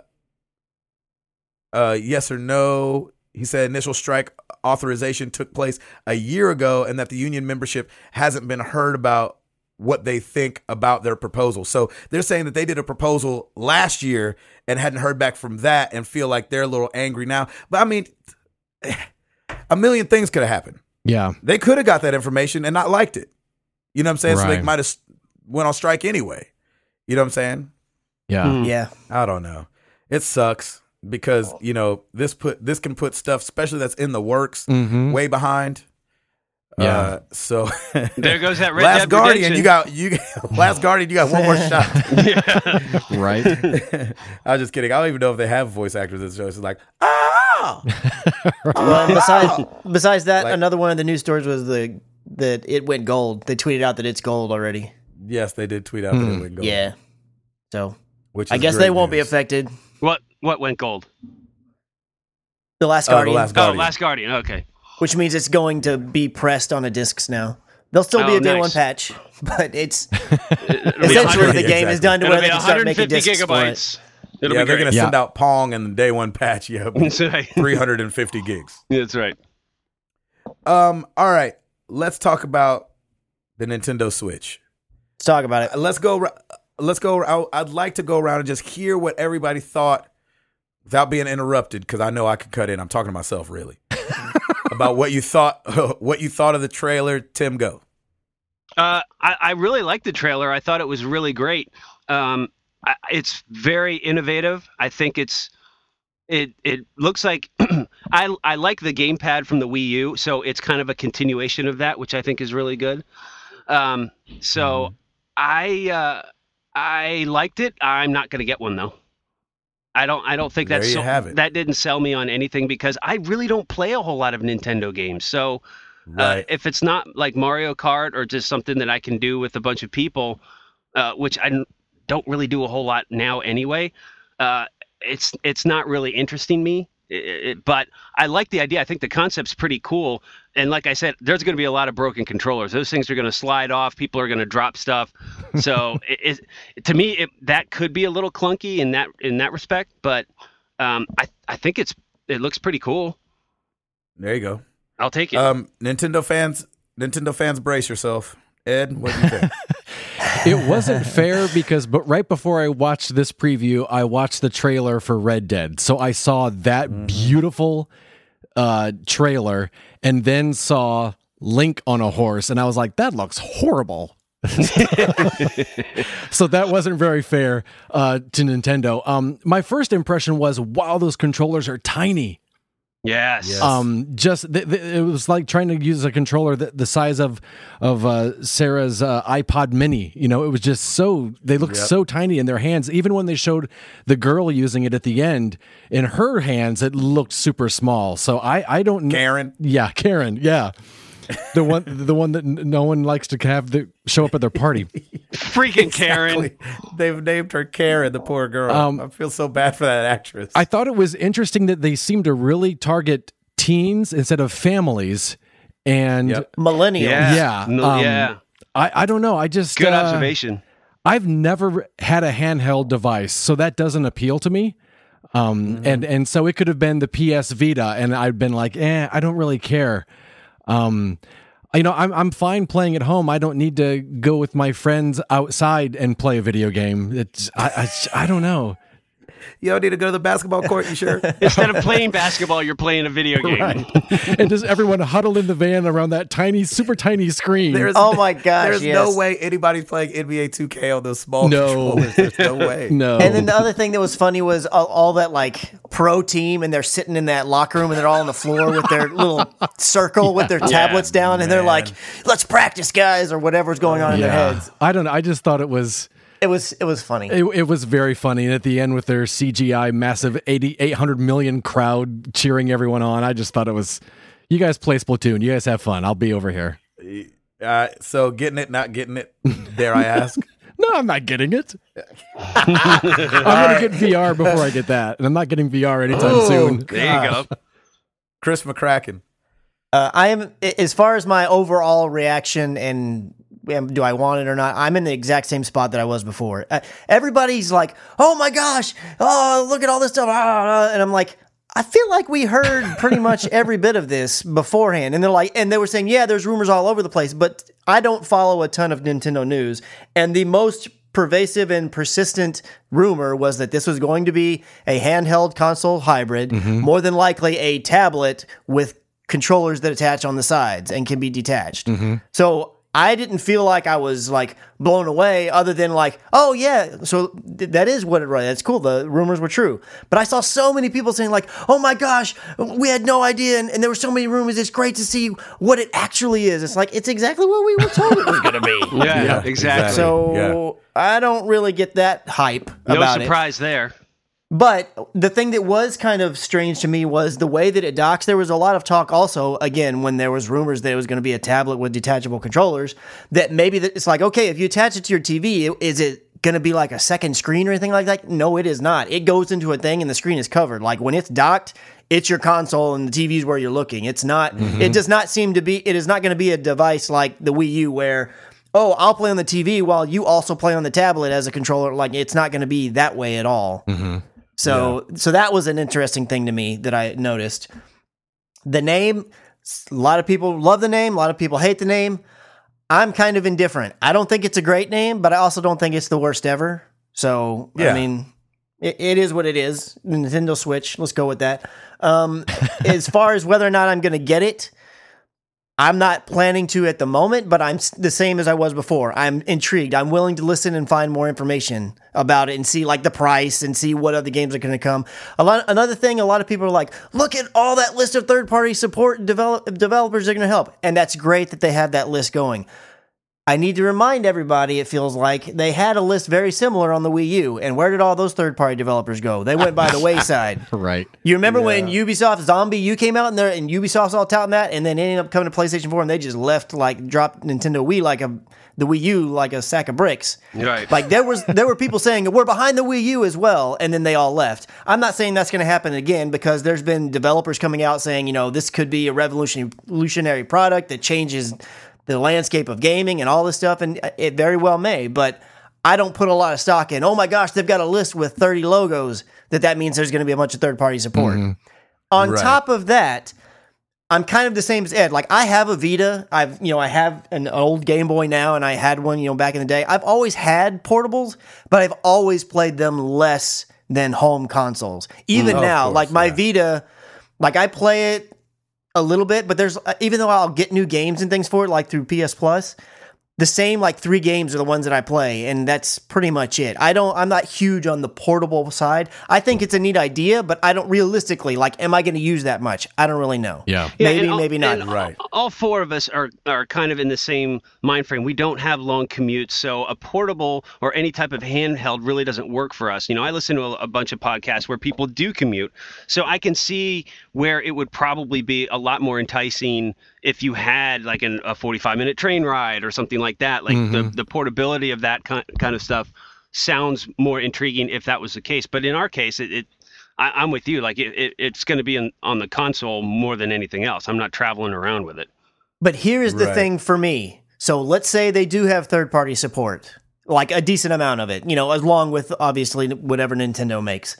uh, yes or no. He said initial strike authorization took place a year ago and that the union membership hasn't been heard about what they think about their proposal. So they're saying that they did a proposal last year and hadn't heard back from that and feel like they're a little angry now. But I mean, a million things could have happened.
yeah.
They could have got that information and not liked it. You know what I'm saying? So they
Right.
might have s- went on strike anyway. You know what I'm saying?
Yeah.
Hmm.
Yeah.
I don't know. It sucks because you know this put this can put stuff, especially that's in the works,
Mhm.
way behind.
Yeah.
Uh, so
There goes that Red
Last
Dead
Guardian,
Redemption.
you got you. Last Guardian, you got one more shot.
Right.
I was just kidding. I don't even know if they have voice actors in the show. It's just like ah,
Well, besides besides that,
Like-
another one of the news stories was the that it went gold. They tweeted out that it's gold already.
yes, they did tweet out that
Hmm.
it went gold.
Yeah. So
which
I
is
guess
great
they won't be
news.
affected.
What what went gold?
The Last
Oh, The
Guardian,
Last
Oh,
Guardian.
Last Guardian. Okay.
which means it's going to be pressed onto discs now. There'll still be
Oh,
a day
nice.
one patch, but it's
be
essentially the
100
game is done to
It'll
where
be
they can start making
150
discs For it.
gigabytes. It'll
yeah,
be
they're
great.
gonna
Yeah.
send out Pong and the day one patch. Yeah,
That's right.
three hundred and fifty gigs.
That's right.
Um, all right, let's talk about the Nintendo Switch.
Let's talk about it.
let's go. ra- Let's go. I- I'd like to go around and just hear what everybody thought without being interrupted because I know I could cut in. I'm talking to myself really about what you thought. What you thought of the trailer, Tim? Go.
Uh, I, I really liked the trailer. I thought it was really great. Um, I, it's very innovative. I think it's it it looks like I I like the gamepad from the Wii U, so it's kind of a continuation of that, which I think is really good. Um,
Mm-hmm.
so I uh, I liked it. I'm not gonna get one though. I don't I don't think
There
that's
you
so-
have it.
that didn't sell me on anything because I really don't play a whole lot of Nintendo games. So uh, if it's not like Mario Kart or just something that I can do with a bunch of people, uh, which I n- don't really do a whole lot now anyway, uh, it's it's not really interesting me. I- I- it- but I like the idea. I think the concept's pretty cool. And like I said, there's going to be a lot of broken controllers. Those things are going to slide off. People are going to drop stuff. So it, it, to me, it, that could be a little clunky in that in that respect. But um, I I think it's it looks pretty cool.
there you go.
I'll take it.
Um, Nintendo fans, Nintendo fans, brace yourself. Ed, what do you think?
it wasn't fair because but right before I watched this preview, I watched the trailer for Red Dead. So I saw that beautiful uh trailer and then saw Link on a horse and I was like that looks horrible. so that wasn't very fair uh to Nintendo. Um my first impression was wow those controllers are tiny.
yes.
yeah.
Um, just th- th- it was like trying to use a controller that the size of of uh, Sarah's uh, iPod Mini. You know, it was just so they looked so tiny in their hands. Even when they showed the girl using it at the end, in her hands it looked super small. So I I don't know.
Karen.
Yeah, Karen. Yeah. the one, the one that n- no one likes to have the show up at their party.
Freaking Karen.
They've named her Karen, the poor girl.
Um,
I feel so bad for that actress.
I thought it was interesting that they seemed to really target teens instead of families, and
Yep.
Millennial.
Yeah.
Yeah.
No-
um,
yeah.
I, I don't know. I just
Good
uh,
observation.
I've never had a handheld device, so that doesn't appeal to me. Um,
Mm-hmm.
and and so it could have been the PS Vita, and I've been like, eh, I don't really care. Um, you know, I'm I'm fine playing at home. I don't need to go with my friends outside and play a video game. It's I I, I don't know.
You don't need to go to the basketball court. You sure?
Instead of playing basketball, you're playing a video game.
and just everyone huddled in the van around that tiny, super tiny screen.
There's
Oh my gosh,
There's
yes.
no way anybody's playing NBA 2K on those small
No.
controllers. There's no way.
no.
And then the other thing that was funny was all, all that like pro team, and they're sitting in that locker room, and they're all on the floor with their little circle with their tablets down, and they're like, "Let's practice, guys," or whatever's going on in their
yeah.
heads.
I don't know. I just thought it was.
It was it was funny.
It, it was very funny. And at the end, with their CGI massive 80, 800 million crowd cheering everyone on, I just thought it was, you guys play Splatoon. You guys have fun. I'll be over here.
Uh, so getting it, not getting it. Dare I ask?
No, I'm not getting it. I'm going to get VR before I get that. And I'm not getting VR anytime soon.
There you go.
Chris McCracken.
Uh, I am as far as my overall reaction and. um, Do I want it or not? I'm in the exact same spot that I was before. Uh, everybody's like, "Oh my gosh! Oh, look at all this stuff!" ah," And I'm like, I feel like we heard pretty much every bit of this beforehand. And they're like, and they were saying, "Yeah, there's rumors all over the place," but I don't follow a ton of Nintendo news, and the most pervasive and persistent rumor was that this was going to be a handheld console hybrid, more than likely a tablet with controllers that attach on the sides and can be detached. So I didn't feel like I was like blown away, other than like, oh yeah, so th- that is what it right. That's cool. The rumors were true, but I saw so many people saying like, oh my gosh, we had no idea, and, and there were so many rumors. It's great to see what it actually is. It's like it's exactly what we were told it was going to be.
Yeah, exactly.
exactly.
So I don't really get that hype
No
about it.
surprise there.
But the thing that was kind of strange to me was the way that it docks. There was a lot of talk also, again, when there was rumors that it was going to be a tablet with detachable controllers, that maybe that it's like, okay, if you attach it to your TV, i- is it going to be like a second screen or anything like that? No, it is not. It goes into a thing and the screen is covered. Like when it's docked, it's your console and the TV is where you're looking. It's not, it does not seem to be, it is not going to be a device like the Wii U where oh, I'll play on the TV while you also play on the tablet as a controller. Like it's not going to be that way at all. So, so that was an interesting thing to me that I noticed. The name, s- a lot of people love the name, a lot of people hate the name. I'm kind of indifferent. I don't think it's a great name, but I also don't think it's the worst ever. So, I
Yeah.
mean, it, it is what it is. Nintendo Switch. Let's go with that. Um, as far as whether or not I'm going to get it, I'm not planning to at the moment, but I'm s- the same as I was before. I'm intrigued. I'm willing to listen and find more information about it and see like the price and see what other games are going to come. A lot. Another thing, a lot of people are like, look at all that list of third party support and develop, developers that are going to help, and that's great that they have that list going. I need to remind everybody, it feels like they had a list very similar on the Wii U, and where did all those third party developers go? They went by the wayside.
Right.
You remember when Ubisoft Zombie U came out and there and Ubisoft's all touting that and then it ended up coming to PlayStation 4 and they just left like dropped Nintendo Wii like a the Wii U like a sack of bricks.
Right.
Like there was there were people saying we're behind the Wii U as well and then they all left. I'm not saying that's going to happen again because there's been developers coming out saying, you know, this could be a revolution- revolutionary product that changes the landscape of gaming and all this stuff and it very well may, but I don't put a lot of stock in. Oh my gosh, they've got a list with 30 logos. That that means there's going to be a bunch of third party support. On
Right.
top of that, I'm kind of the same as Ed. Like I have a Vita. I've you know I have an old Game Boy now, and I had one you know back in the day. I've always had portables, but I've always played them less than home consoles. Even
Mm,
now,
course,
like my Vita, like I play it a little bit, but there's uh, even though I'll get new games and things for it, like through PS Plus, the same like three games are the ones that I play, and that's pretty much it. I don't, I'm not huge on the portable side. I think it's a neat idea, but I don't realistically like, am I going to use that much? I don't really know.
Yeah.
Yeah,
maybe,
and all-
maybe not.
and all- All, four of us are are kind of in the same mind frame. We don't have long commutes, so a portable or any type of handheld really doesn't work for us. You know, I listen to a, a bunch of podcasts where people do commute, so I can see where it would probably be a lot more enticing if you had like an, a 45 minute train ride or something like that. Like
Mm-hmm.
the, the portability of that kind, kind of stuff sounds more intriguing if that was the case. But in our case, it, it I, I'm with you. Like it, it, it's going to be in, on the console more than anything else. I'm not traveling around with it.
But here is the
Right.
thing for me. So let's say they do have third party support, like a decent amount of it, you know, along with obviously whatever Nintendo makes.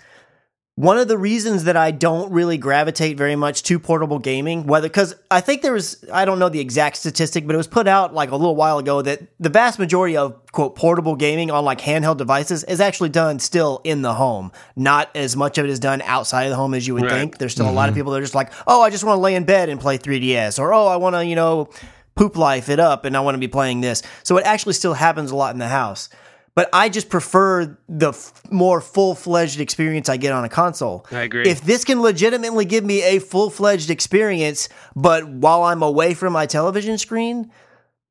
one of the reasons that I don't really gravitate very much to portable gaming, whether because I think there was, I don't know the exact statistic, but it was put out like a little while ago that the vast majority of quote portable gaming on like handheld devices is actually done still in the home. Not as much of it is done outside of the home as you would
Right.
think. There's still a
Mm-hmm.
lot of people that are just like, oh, I just want to lay in bed and play 3DS, or oh, I want to, you know, poop life it up and I want to be playing this. So it actually still happens a lot in the house but I just prefer the f- more full fledged experience I get on a console.
I agree.
If this can legitimately give me a full fledged experience, but while I'm away from my television screen,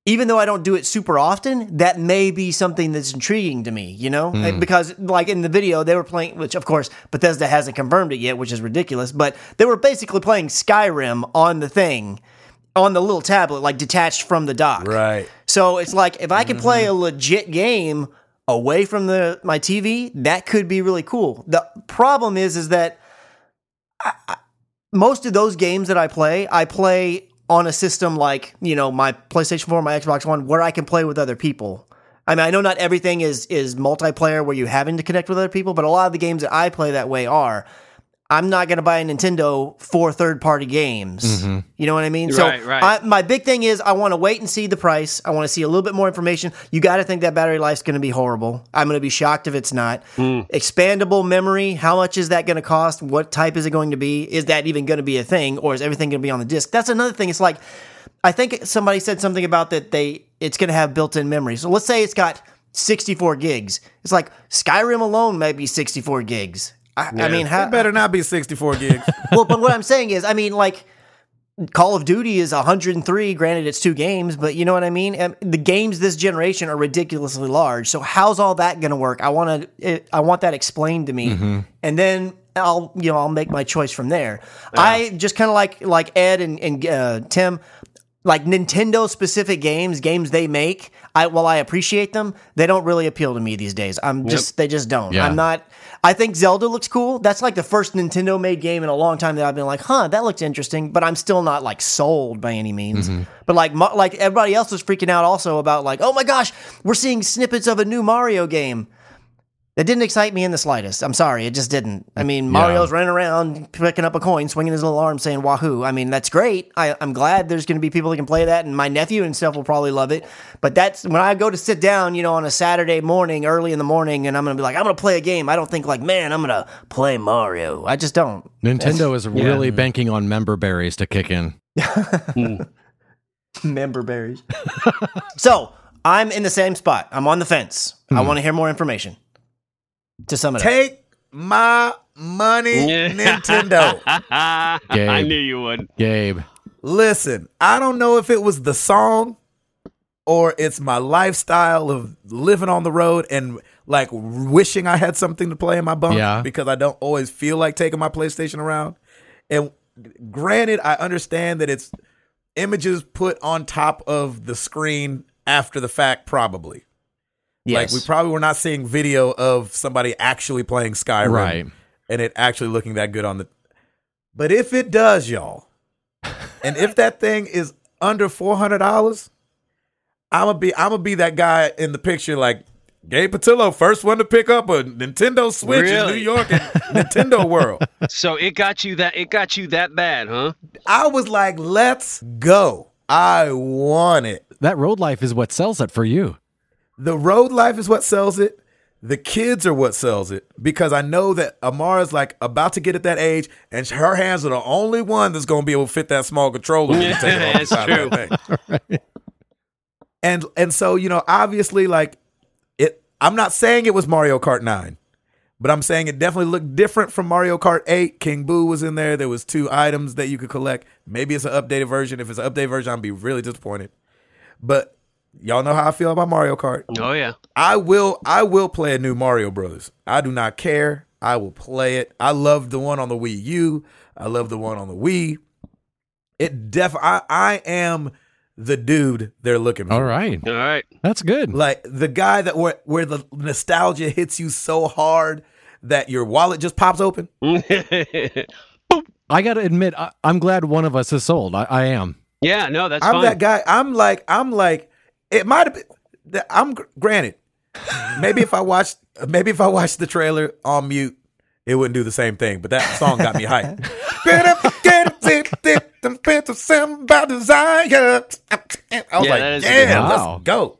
even though I don't do it super often, that may be something that's intriguing to me, you know? Because, like in the video, they were playing, which of course Bethesda hasn't confirmed it yet, which is ridiculous, but they were basically playing Skyrim on the thing, on the little tablet, like detached from the dock.
Right.
So it's like if I can play a legit game away from the my TV, that could be really cool. The problem is is that I, I, most of those games that I play, I play on a system like, you know, my PlayStation 4, my Xbox One where I can play with other people. I mean, I know not everything is is multiplayer where you're having to connect with other people, but a lot of the games that I play that way are I'm not going to buy a Nintendo for third party games. You know what I mean?
Right,
so
right.
I, my big thing is I want to wait and see the price. I want to see a little bit more information. You got to think that battery life's going to be horrible. I'm going to be shocked if it's not. Expandable memory, how much is that going to cost? What type is it going to be? Is that even going to be a thing or is everything going to be on the disc? That's another thing. It's like I think somebody said something about that they it's going to have built-in memory. So let's say it's got 64 gigs. It's like Skyrim alone may be 64 gigs. I, I mean, how
It better not be 64 gigs.
well, but what I'm saying is, I mean, like Call of Duty is 103. Granted, it's two games, but you know what I mean. And the games this generation are ridiculously large. So how's all that going to work? I want to. I want that explained to me, and then. I'll you know I'll make my choice from there. I just kind of like like Ed and and uh, Tim, like Nintendo specific games, games they make. I while I appreciate them, they don't really appeal to me these days. I'm just they just don't.
Yeah.
I'm not. I think Zelda looks cool. That's like the first Nintendo made game in a long time that I've been like, huh, that looks interesting. But I'm still not like sold by any means. But like mo- like everybody else was freaking out also about like, oh my gosh, we're seeing snippets of a new Mario game. That didn't excite me in the slightest. I'm sorry, it just didn't. I mean, Mario's running around picking up a coin, swinging his little arm, saying "Wahoo!" I mean, that's great. I, I'm glad there's going to be people that can play that, and my nephew and stuff will probably love it. But that's when I go to sit down, you know, on a Saturday morning, early in the morning, and I'm going to be like, I'm going to play a game. I don't think like, man, I'm going to play Mario. I just don't.
Nintendo is really banking on member berries to kick in.
member berries. so I'm in the same spot. I'm on the fence. I want to hear more information. To sum it up,
Hmm. Take my money,
Yeah.
Nintendo.
I knew you would.
Gabe.
Listen, I don't know if it was the song or it's my lifestyle of living on the road and like wishing I had something to play in my bunk
Yeah.
because I don't always feel like taking my PlayStation around. And granted, I understand that it's images put on top of the screen after the fact, probably.
yes,
Like we probably were not seeing video of somebody actually playing Skyrim,
Right.
And it actually looking that good on the. But if it does, y'all, and if that thing is under four hundred dollars, I'm gonna be I'm gonna be that guy in the picture like. Gabe Patillo, first one to pick up a Nintendo Switch in
Really?
New York and Nintendo World.
So it got you that it got you that bad, huh?
I was like, let's go. I want it.
That road life is what sells it for you.
the road life is what sells it. The kids are what sells it because I know that Amara's like about to get at that age, and her hands are the only one that's going to be able to fit that small controller.
Yeah, that's true.
And and so you know, obviously, like it. I'm not saying it was Mario Kart Nine, but I'm saying it definitely looked different from Mario Kart Eight. King Boo was in there. There was two items that you could collect. Maybe it's an updated version. If it's an updated version, I'd be really disappointed. But y'all know how I feel about Mario Kart.
Oh yeah.
I will I will play a new Mario Brothers. I do not care. I will play it. I love the one on the Wii U. I love the one on the Wii. It def I, I am the dude they're looking for.
All right.
All right.
That's good.
Like the guy that where where the nostalgia hits you so hard that your wallet just pops open.
I got to admit, I, I'm glad one of us is sold. I, I am.
yeah, no, that's
I'm
fine.
that guy. I'm like I'm like it might have been that- I'm gr- granted. Maybe if I watched maybe if I watched the trailer on mute it wouldn't do the same thing. But that song got me hyped. Get up, get up, dip, dip, them pants of somebody desire. I was
Yeah, that
like,
is a good
damn,
one.
let's
Wow.
go.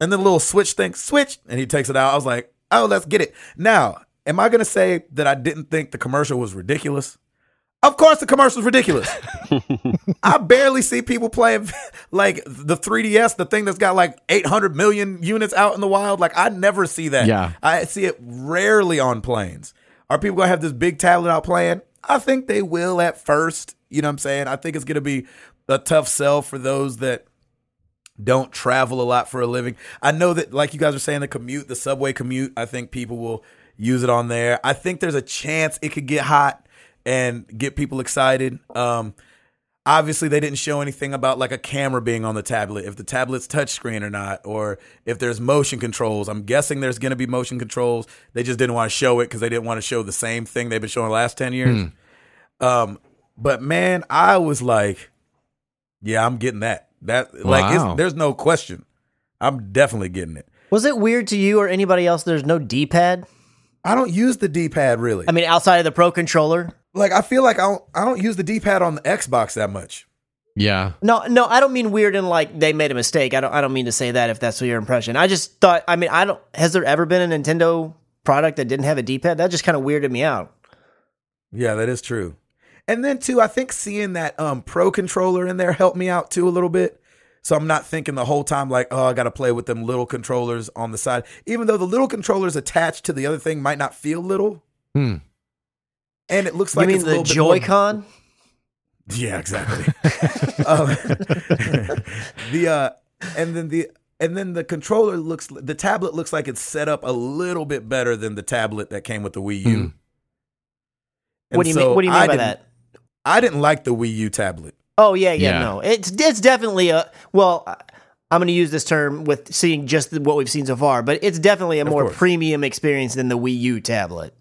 And then the little switch thing, switch, and he takes it out. I was like, oh, let's get it. Now, am I gonna say that I didn't think the commercial was ridiculous? Of course, the commercial's ridiculous. I barely see people playing like the 3DS, the thing that's got like 800 million units out in the wild. Like I never see that.
Yeah.
I see it rarely on planes. Are people gonna have this big tablet out playing? I think they will at first. You know what I'm saying? I think it's gonna be a tough sell for those that don't travel a lot for a living. I know that, like you guys are saying, the commute, the subway commute, I think people will use it on there. I think there's a chance it could get hot and get people excited. Um, obviously, they didn't show anything about like a camera being on the tablet, if the tablet's touchscreen or not, or if there's motion controls. I'm guessing there's going to be motion controls. They just didn't want to show it because they didn't want to show the same thing they've been showing the last 10 years. Um, but man, I was like, yeah, I'm getting that. That like
Wow.
it's, there's no question. I'm definitely getting it.
Was it weird to you or anybody else? There's no D-pad.
I don't use the D-pad really.
I mean, outside of the Pro controller.
like I feel like I don't, I don't use the D-pad on the Xbox that much.
Yeah.
No, no, I don't mean weird in like they made a mistake. I don't. I don't mean to say that if that's your impression. I just thought. I mean, I don't. Has there ever been a Nintendo product that didn't have a D-pad? That just kind of weirded me out.
Yeah, that is true. And then too, I think seeing that um pro controller in there helped me out too a little bit. So I'm not thinking the whole time like, oh, I gotta play with them little controllers on the side. Even though the little controllers attached to the other thing might not feel little.
Hmm.
And it looks
You
like
mean
it's a
the
little bit more-
Joy-Con?
Yeah, exactly. um, the uh, and then the and then the controller looks the tablet looks like it's set up a little bit better than the tablet that came with the Wii U.
Hmm.
And
What do you
so
mean? What do you
I
mean by
didn't-
that?
I didn't like the Wii U tablet.
Oh yeah, yeah,
Yeah.
no. It's it's definitely a well. I- I'm going to use this term with seeing just what we've seen so far, but it's definitely a more
course.
premium experience than the Wii U tablet.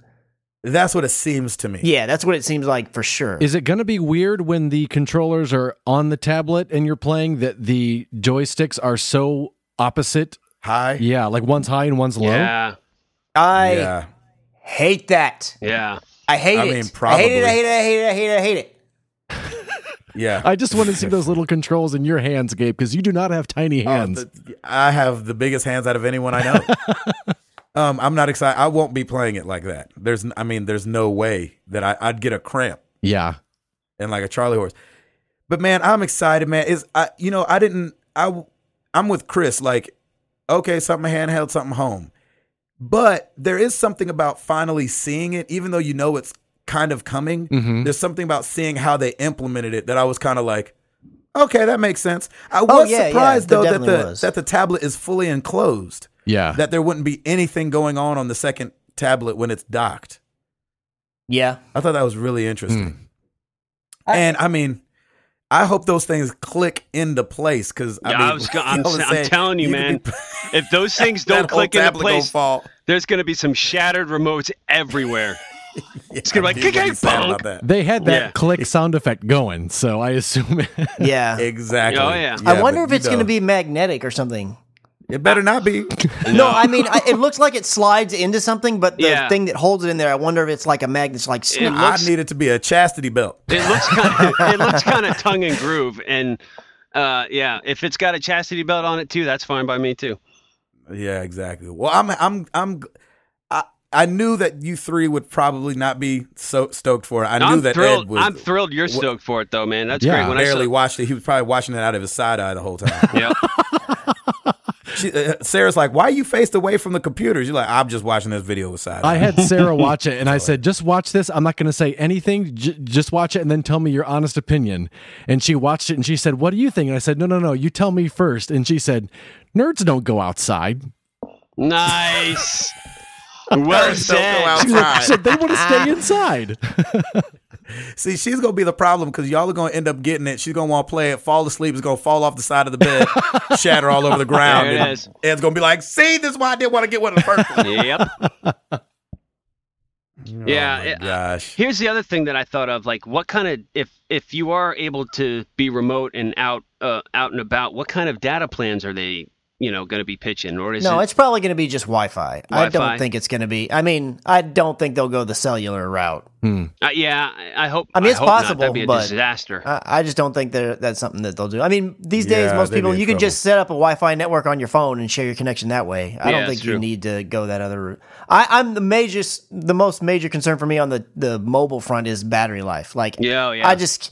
That's what it seems to me.
Yeah, that's what it seems like for sure.
Is it going to be weird when the controllers are on the tablet and you're playing that the joysticks are so opposite?
High.
Yeah, like one's high and one's low.
Yeah,
I
Yeah.
hate that.
yeah.
I hate
I
it.
mean,
I hate it.
probably.
I hate it. I hate it. I hate it. I hate it.
Yeah.
I just want to see those little controls in your hands, Gabe, because you do not have tiny
Oh,
hands.
the- I have the biggest hands out of anyone I know. um, I'm not excited. I won't be playing it like that. There's, n- I mean, there's no way that I, I'd get a cramp.
yeah.
and like a Charlie horse. But man, I'm excited, man. Is I you know I didn't I I'm with Chris. Like, okay, something handheld, something home. But there is something about finally seeing it, even though you know it's kind of coming.
Mm-hmm.
Mhm.
There's something about seeing how they implemented it that I was kind of like, okay, that makes sense. I was
Oh, yeah, yeah,
surprised
there
though that
definitely
the
was.
that the tablet is fully enclosed.
Yeah.
That there wouldn't be anything going on on the second tablet when it's docked.
Yeah.
I thought that was really interesting.
Hmm.
And I mean, I hope those things click into place because I,
Yeah, I
mean,
was go- I'm
y'all are
sa- I'm
saying
telling you,
could
man.
be-
If those things
that
don't
whole
click into
tablet gonna
place,
fall.
there's going to be some shattered remotes everywhere.
It's
gonna be like, "Kick it, bonk."
about that.
they had that
Yeah.
click sound effect going, so I assume.
Yeah.
Exactly.
Oh, yeah.
I wonder
but
if
you
it's going
know,
to be magnetic or something.
It better not be.
No, I mean, I, it looks like it slides into something, but the
Yeah.
thing that holds it in there, I wonder if it's like a magnet. It's like, snip.
I need it to be a chastity belt.
It looks kind of it looks kind of tongue and groove, and uh, yeah, if it's got a chastity belt on it too, that's fine by me too.
Yeah, exactly. Well, I'm, I'm, I'm. I, I knew that you three would probably not be so stoked for it. I knew
am
that
thrilled.
Ed was.
I'm thrilled you're stoked for it though, man. That's
Yeah.
great. When
barely
I saw,
watched it. He was probably watching it out of his side eye the whole time.
yeah,
She, uh, Sarah's like, "Why are you faced away from the computers?" You're like, "I'm just watching this video with side."
I had Sarah watch it, and I said, "Just watch this. I'm not going to say anything. J- just watch it, and then tell me your honest opinion." And she watched it, and she said, "What do you think?" And I said, "No, no, no. You tell me first. And she said, "Nerds don't go outside."
nice. Well said.
She said they want to stay inside.
See, she's gonna be the problem because y'all are gonna end up getting it. She's gonna want to play it, fall asleep, it's gonna fall off the side of the bed, shatter all over the ground,
There it
and
is.
Ed's gonna be like, "See, this is why I didn't want to get one of the first." ones."
Yep. Yeah,
Oh my
it- uh,
gosh.
Here's the other thing that I thought of, like what kind of if if you are able to be remote and out uh, out and about, what kind of data plans are they you know going to be pitching, or is
No,
it?
it's probably going to be just Wi-Fi. I
Wi-Fi.
don't think it's going to be. I mean, I don't think they'll go the cellular route.
uh, yeah, I- I hope.
I mean, it's
hope not.
possible,
That'd be a
but-
disaster.
I, I just don't think that that's something that they'll do. I mean, these days
Yeah,
most
they'd be
people
in
you can
trouble.
just set up a Wi-Fi network on your phone and share your connection that way. I
Yeah,
don't think
it's
you
true.
need to go that other route. I, I'm the major, s- the most major concern for me on the the mobile front is battery life. Like,
Yeah, oh, yeah.
I just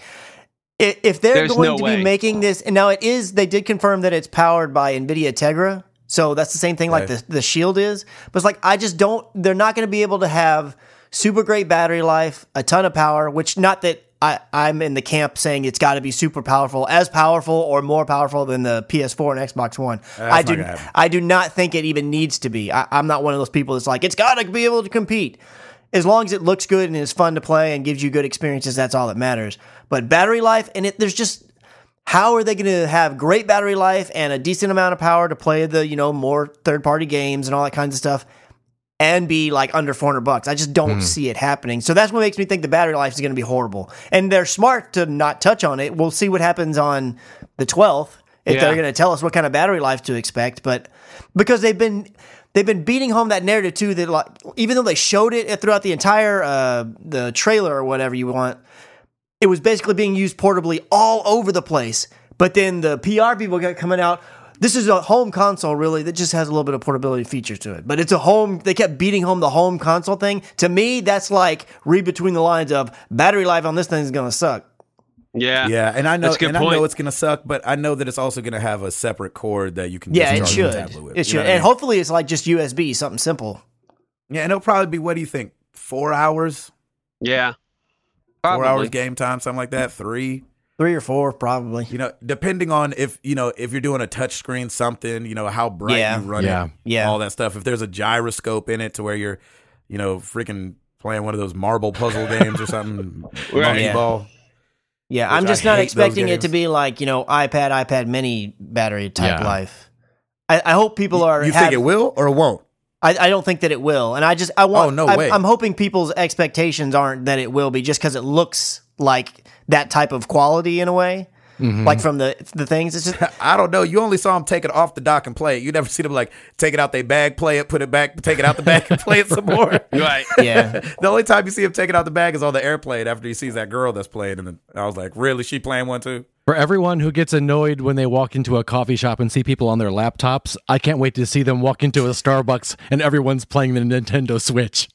i- if they're
There's
going
no
to
way.
be making this and now it is they did confirm that it's powered by nvidia tegra so that's the same thing like
Right.
the, the shield is but it's like i just don't they're not going to be able to have super great battery life a ton of power which not that I, I'm in the camp saying it's got to be super powerful, as powerful or more powerful than the PS4 and Xbox One. I
not
do,
gonna happen.
I do not think it even needs to be. I, I'm not one of those people that's like it's got to be able to compete as long as it looks good and is fun to play and gives you good experiences, that's all that matters. But battery life, and it, there's just how are they going to have great battery life and a decent amount of power to play the you know more third party games and all that kinds of stuff, and be like under 400 bucks? I just don't see it happening. So that's what makes me think the battery life is going to be horrible. And they're smart to not touch on it. We'll see what happens on the 12th if
Yeah.
they're going to tell us what kind of battery life to expect, but because they've been they've been beating home that narrative too that like even though they showed it throughout the entire uh, the trailer or whatever you want, it was basically being used portably all over the place. But then the PR people got coming out. This is a home console, really, that just has a little bit of portability features to it. But it's a home. They kept beating home the home console thing. To me, that's like read between the lines of battery life on this thing is gonna suck.
yeah,
Yeah, and I know,
That's a good
and I know
point.
it's gonna suck, but I know that it's also gonna have a separate cord that you can
Yeah, it
just charge your
should.
tablet with.
It
you
should,
know what I
and
mean?
hopefully it's like just USB, something simple.
yeah, and it'll probably be what do you think? Four hours,
yeah.
four hours
Probably.
game time, something like that. Three,
Three or four, probably.
you know, depending on if you know if you're doing a touch screen something, you know how bright
Yeah.
you run
Yeah.
it,
Yeah.
all that stuff. If there's a gyroscope in it to where you're, you know, freaking playing one of those marble puzzle games or something,
Right.
monkey
Yeah.
ball.
Yeah, I'm
I
just
hate
not
those
expecting it to
games.
be like you know iPad, iPad Mini battery type
Yeah.
life. I, I hope people are.
You
have-
think it will or it won't?
I, I don't think that it will, and I just I want.
Oh, no
I'm,
way.
I'm hoping people's expectations aren't that it will be just because it looks like that type of quality in a way,
Mm-hmm.
like from the the things. It's just
I don't know. You only saw them take it off the dock and play it. You never see them like take it out their bag, play it, put it back, take it out the bag and play it some more.
Right.
yeah,
the only time you see him take it out the bag is on the airplane after he sees that girl that's playing. And then I was like, really? She playing one too?
For everyone who gets annoyed when they walk into a coffee shop and see people on their laptops, I can't wait to see them walk into a Starbucks and everyone's playing the Nintendo Switch.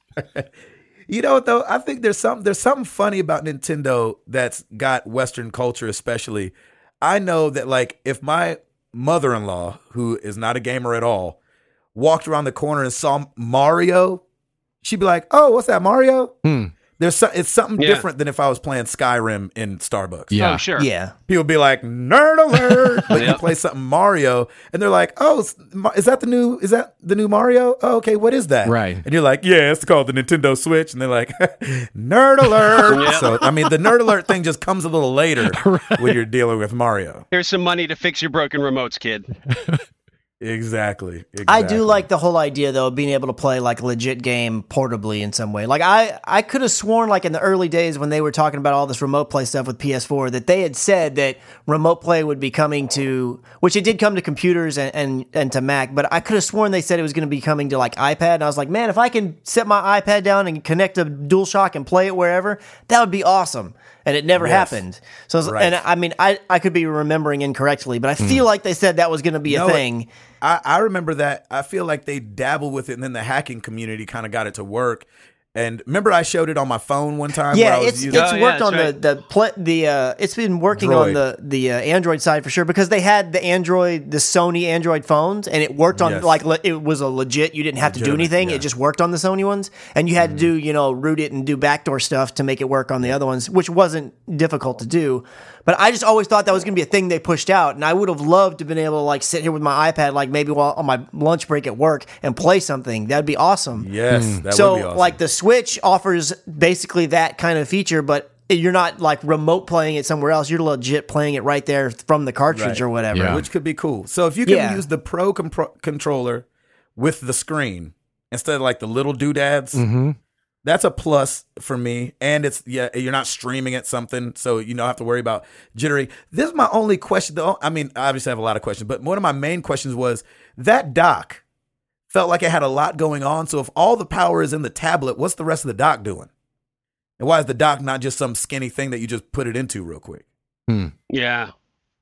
You know what though? I think there's some there's something funny about Nintendo that's got Western culture, especially. I know that like if my mother-in-law, who is not a gamer at all, walked around the corner and saw Mario, she'd be like, "Oh, what's that Mario?"
Hmm.
There's so, it's something
Yeah.
different than if I was playing Skyrim in Starbucks.
Oh, sure.
yeah,
People be like, "Nerd alert!" But you
Yep.
play something Mario, and they're like, "Oh, s- Ma- is that the new? Is that the new Mario? Oh, okay, what is that?"
Right.
And you're like, "Yeah, it's called the Nintendo Switch," and they're like, "Nerd alert!"
Yep.
So I mean, the nerd alert thing just comes a little later when you're dealing with Mario.
Here's some money to fix your broken remotes, kid.
Exactly. exactly.
I do like the whole idea though of being able to play like a legit game portably in some way. Like I I could have sworn like in the early days when they were talking about all this remote play stuff with PS4 that they had said that remote play would be coming to which it did come to computers and and, and to Mac, but I could have sworn they said it was going to be coming to like iPad and I was like, "Man, if I can set my iPad down and connect a DualShock and play it wherever, that would be awesome." And it never happened. So it's-
Right. Hmm.
and I mean, I I could be remembering incorrectly, but I feel like they said that was going to be a
No, it-
thing.
I, I remember that. I feel like they dabbled with it, and then the hacking community kind of got it to work. And remember, I showed it on my phone one time. where
Yeah,
I was
it's
using-
it's
Oh, yeah,
worked
that's
on
right.
the the pl- the uh, it's been working on
Droid.
the the uh, Android side for sure because they had the Android the Sony Android phones and it worked on
Yes.
like le- it was a legit you didn't have to do
Legitimate,
anything
yeah. Mm-hmm.
it just worked on the Sony ones and you had to do you know root it and do backdoor stuff to make it work on the other ones which wasn't difficult to do but I just always thought that was going to be a thing they pushed out and I would have loved to been able to like sit here with my iPad like maybe while on my lunch break at work and play something that'd be awesome
yes, that
so
would be awesome.
like the switch offers basically that kind of feature but you're not like remote playing it somewhere else you're legit playing it right there from the cartridge
Right.
or whatever
Yeah.
which could be cool. So if you can
Yeah.
use the pro compro- controller with the screen instead of like the little doodads, that's a plus for me. And it's yeah, you're not streaming at something, so you don't have to worry about jittery. This is my only question though. I mean, I obviously have a lot of questions, but one of my main questions was that dock felt like it had a lot going on. So if all the power is in the tablet, what's the rest of the dock doing? And why is the dock not just some skinny thing that you just put it into real quick?
Yeah.
You know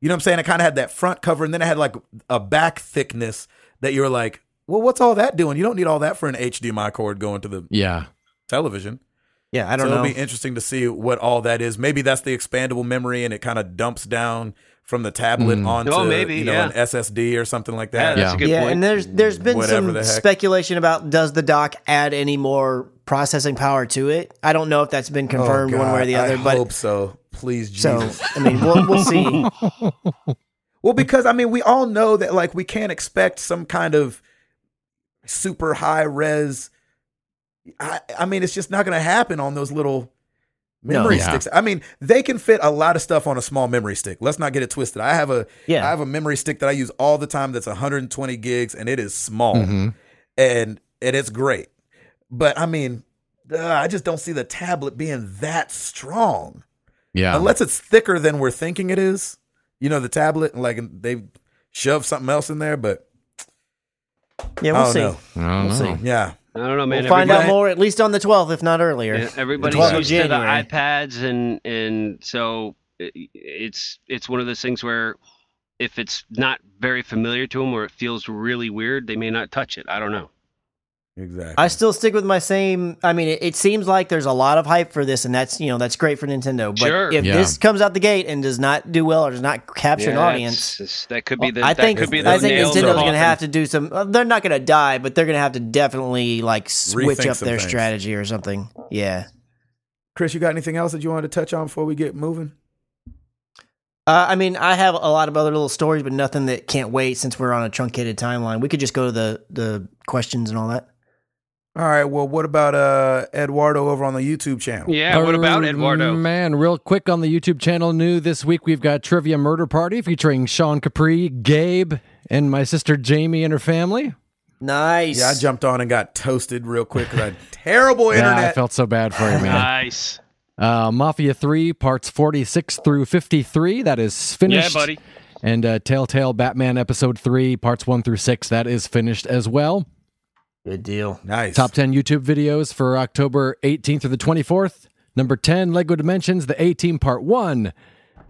what I'm saying? It kind of had that front cover, and then it had like a back thickness that you were like, well, what's all that doing? You don't need all that for an HDMI cord going to the
Yeah.
television.
Yeah, I don't
so
know.
It'll be interesting to see what all that is. Maybe that's the expandable memory, and it kind of dumps down from the tablet
Hmm.
Mm.
onto
Oh, maybe,
you know
yeah.
an SSD or something like
Yeah,
that.
that's
Yeah.
a good
yeah,
point.
and there's there's been
Whatever the
some
heck.
speculation about does the dock add any more processing power to it? I don't know if that's been
Oh,
confirmed one way or the
God,
other,
I
but
hope so. Please,
so
Jesus.
I mean we'll, we'll see.
Well, because I mean, we all know that like we can't expect some kind of super high res. I, I mean, it's just not going to happen on those little memory
Yeah.
sticks. I mean, they can fit a lot of stuff on a small memory stick. Let's not get it twisted. I have a
Yeah.
I have a memory stick that I use all the time that's 120 gigs and it is small
hmm
and and it's great. But I mean, uh, I just don't see the tablet being that strong
Yeah.
unless it's thicker than we're thinking it is. You know, the tablet, like they shove something else in there, but
Yeah,
I
we'll
don't
see.
know.
I don't
We'll
know.
see.
Yeah,
I don't know, man.
We'll find out
everybody-
more at least on the 12th, if not earlier.
Yeah, everybody's
twelfth of
used to the
January.
iPads, and and so i- it's it's one of those things where if it's not very familiar to them or it feels really weird, they may not touch it. I don't know.
exactly.
I still stick with my same. I mean, it, it seems like there's a lot of hype for this, and that's you know that's great for Nintendo. But
Sure.
if
Yeah.
this comes out the gate and does not do well or does not capture an
Yeah,
audience,
it's- it's- that could be the.
I
that
think
could be the
I think
nail in the
Nintendo's going to
coffin.
have to do some. uh, They're not going to die, but they're going to have to definitely like switch
Rethink
up
some
their
things.
strategy or something. Yeah,
Chris, you got anything else that you wanted to touch on before we get moving?
uh, I mean, I have a lot of other little stories, but nothing that can't wait since we're on a truncated timeline. We could just go to the the questions and all that.
All right. Well, what about uh Eduardo over on the YouTube channel?
Yeah. What about
Oh,
Eduardo?
Man, real quick on the YouTube channel, new this week we've got Trivia Murder Party featuring Sean Capri, Gabe, and my sister Jamie and her family.
Nice.
Yeah, I jumped on and got toasted real quick because I had terrible
Yeah, Ah, I
internet.
felt so bad for you, man.
Nice.
Uh, Mafia 3, parts 46 through 53. That is
Yeah,
finished.
buddy.
And uh, Telltale Batman Episode 3, parts 1 through 6. That is finished as well.
Good deal.
nice.
Top 10 YouTube videos for October 18th through the 24th. Number 10, Lego Dimensions, the A Team Part 1.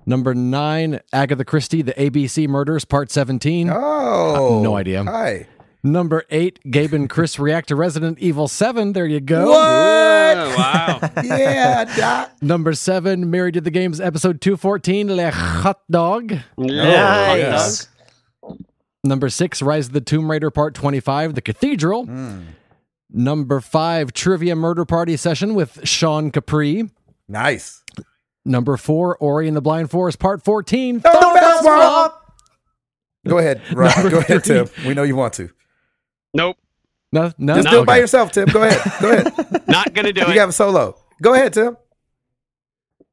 Number 9, Agatha Christie, the ABC Murders, Part 17.
Oh,
no idea.
Hi.
Number 8, Gabe and Chris react to Resident Evil 7. There you go.
What?
Oh, wow.
yeah, Doc.
Number 7, Married to the Games, Episode 214, Le Hot Dog.
Oh, Yeah.
yes.
Number 6, Rise of the Tomb Raider, Part 25, The Cathedral. Number 5, Trivia Murder Party Session with Sean Capri.
Nice.
Number four, Ori and the Blind Forest, Part 14.
Go ahead, Rob. Go ahead, Tim. We know you want to.
Nope.
No, no,
Just
no.
do it by
Okay.
yourself, Tim. Go ahead. Go ahead.
Not gonna do
you
it.
got a solo. Go ahead, Tim.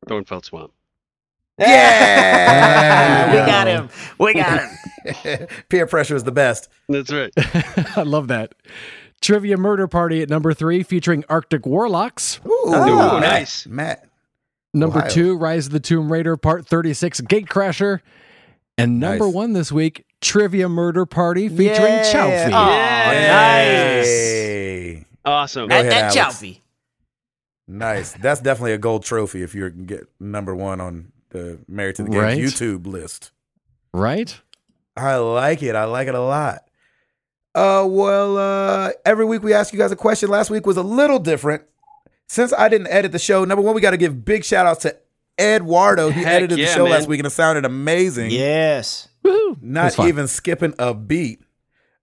Thornfeld Swamp.
Yeah.
we got him. We got him.
Peer pressure is the best.
That's right.
I love that. Trivia Murder Party at number three, featuring Arctic Warlocks.
Ooh,
Ooh,
Matt,
nice.
Matt.
Number
Wild.
two, Rise of the Tomb Raider, Part 36, Gatecrasher. And number
Nice.
one this week, Trivia Murder
Oh.
Party featuring
Yeah.
Chowfie.
Ah.
Aw, nice.
Hey.
Awesome.
Go
At
ahead,
that
Alex.
Chowfie.
Nice. That's definitely a gold trophy if you're get number one on the Married to the Game
Right.
YouTube list.
Right?
I like it. I like it a lot. Uh, well, uh, every week we ask you guys a question. Last week was a little different. Since I didn't edit the show, number one, we got to give big shout outs to Eduardo. He
Heck
edited the
yeah,
show
man.
last week and it sounded amazing.
Yes.
Woohoo. That's
not
fun.
even skipping a beat.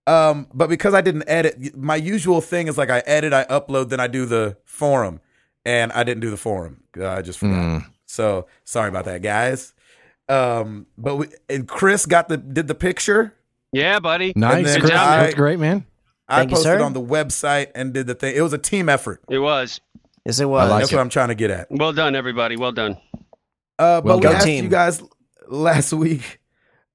Um, but because I didn't edit, my usual thing is like I edit, I upload, then I do the forum, and I didn't do the forum. Uh, I just forgot.
Mm.
So sorry about that, guys. Um, but we, and Chris got the did the picture.
Yeah, buddy.
And
Nice.
then
Chris,
I-
That's great, man.
I
Thank you,
posted
sir.
on the website and did the thing. It was a team effort.
It was.
Yes, it was.
I like
That's what I'm trying to get at.
Well done, everybody. Well done.
Uh, but
Well
we
done.
asked
Team.
you guys last week.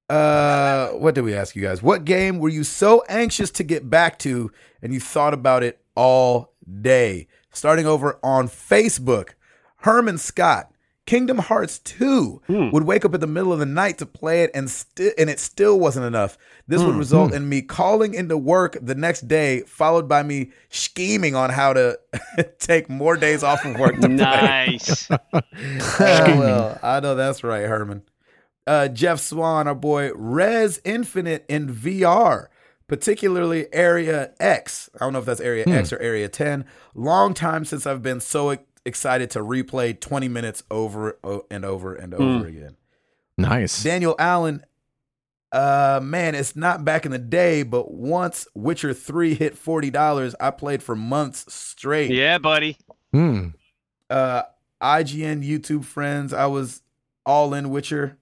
Uh, what did we ask you guys? What game were you so anxious to get back to, and you thought about it all day? starting over on Facebook. Herman Scott, Kingdom Hearts 2 would wake up in the middle of the night to play it and still and it still wasn't enough. This would result in me calling into work the next day, followed by me scheming on how to take more days off of work to play.
Nice.
Oh, well, I know that's right, Herman. Uh, Jeff Swan, our boy, Res Infinite in VR, particularly Area X. I don't know if that's Area X or Area 10. Long time since I've been so e- excited to replay 20 minutes over o- and over and over again.
Nice.
Daniel Allen, uh, man, it's not back in the day, but once Witcher 3 hit $40, I played for months straight
yeah, buddy.
Hmm.
uh IGN YouTube friends, I was all in Witcher,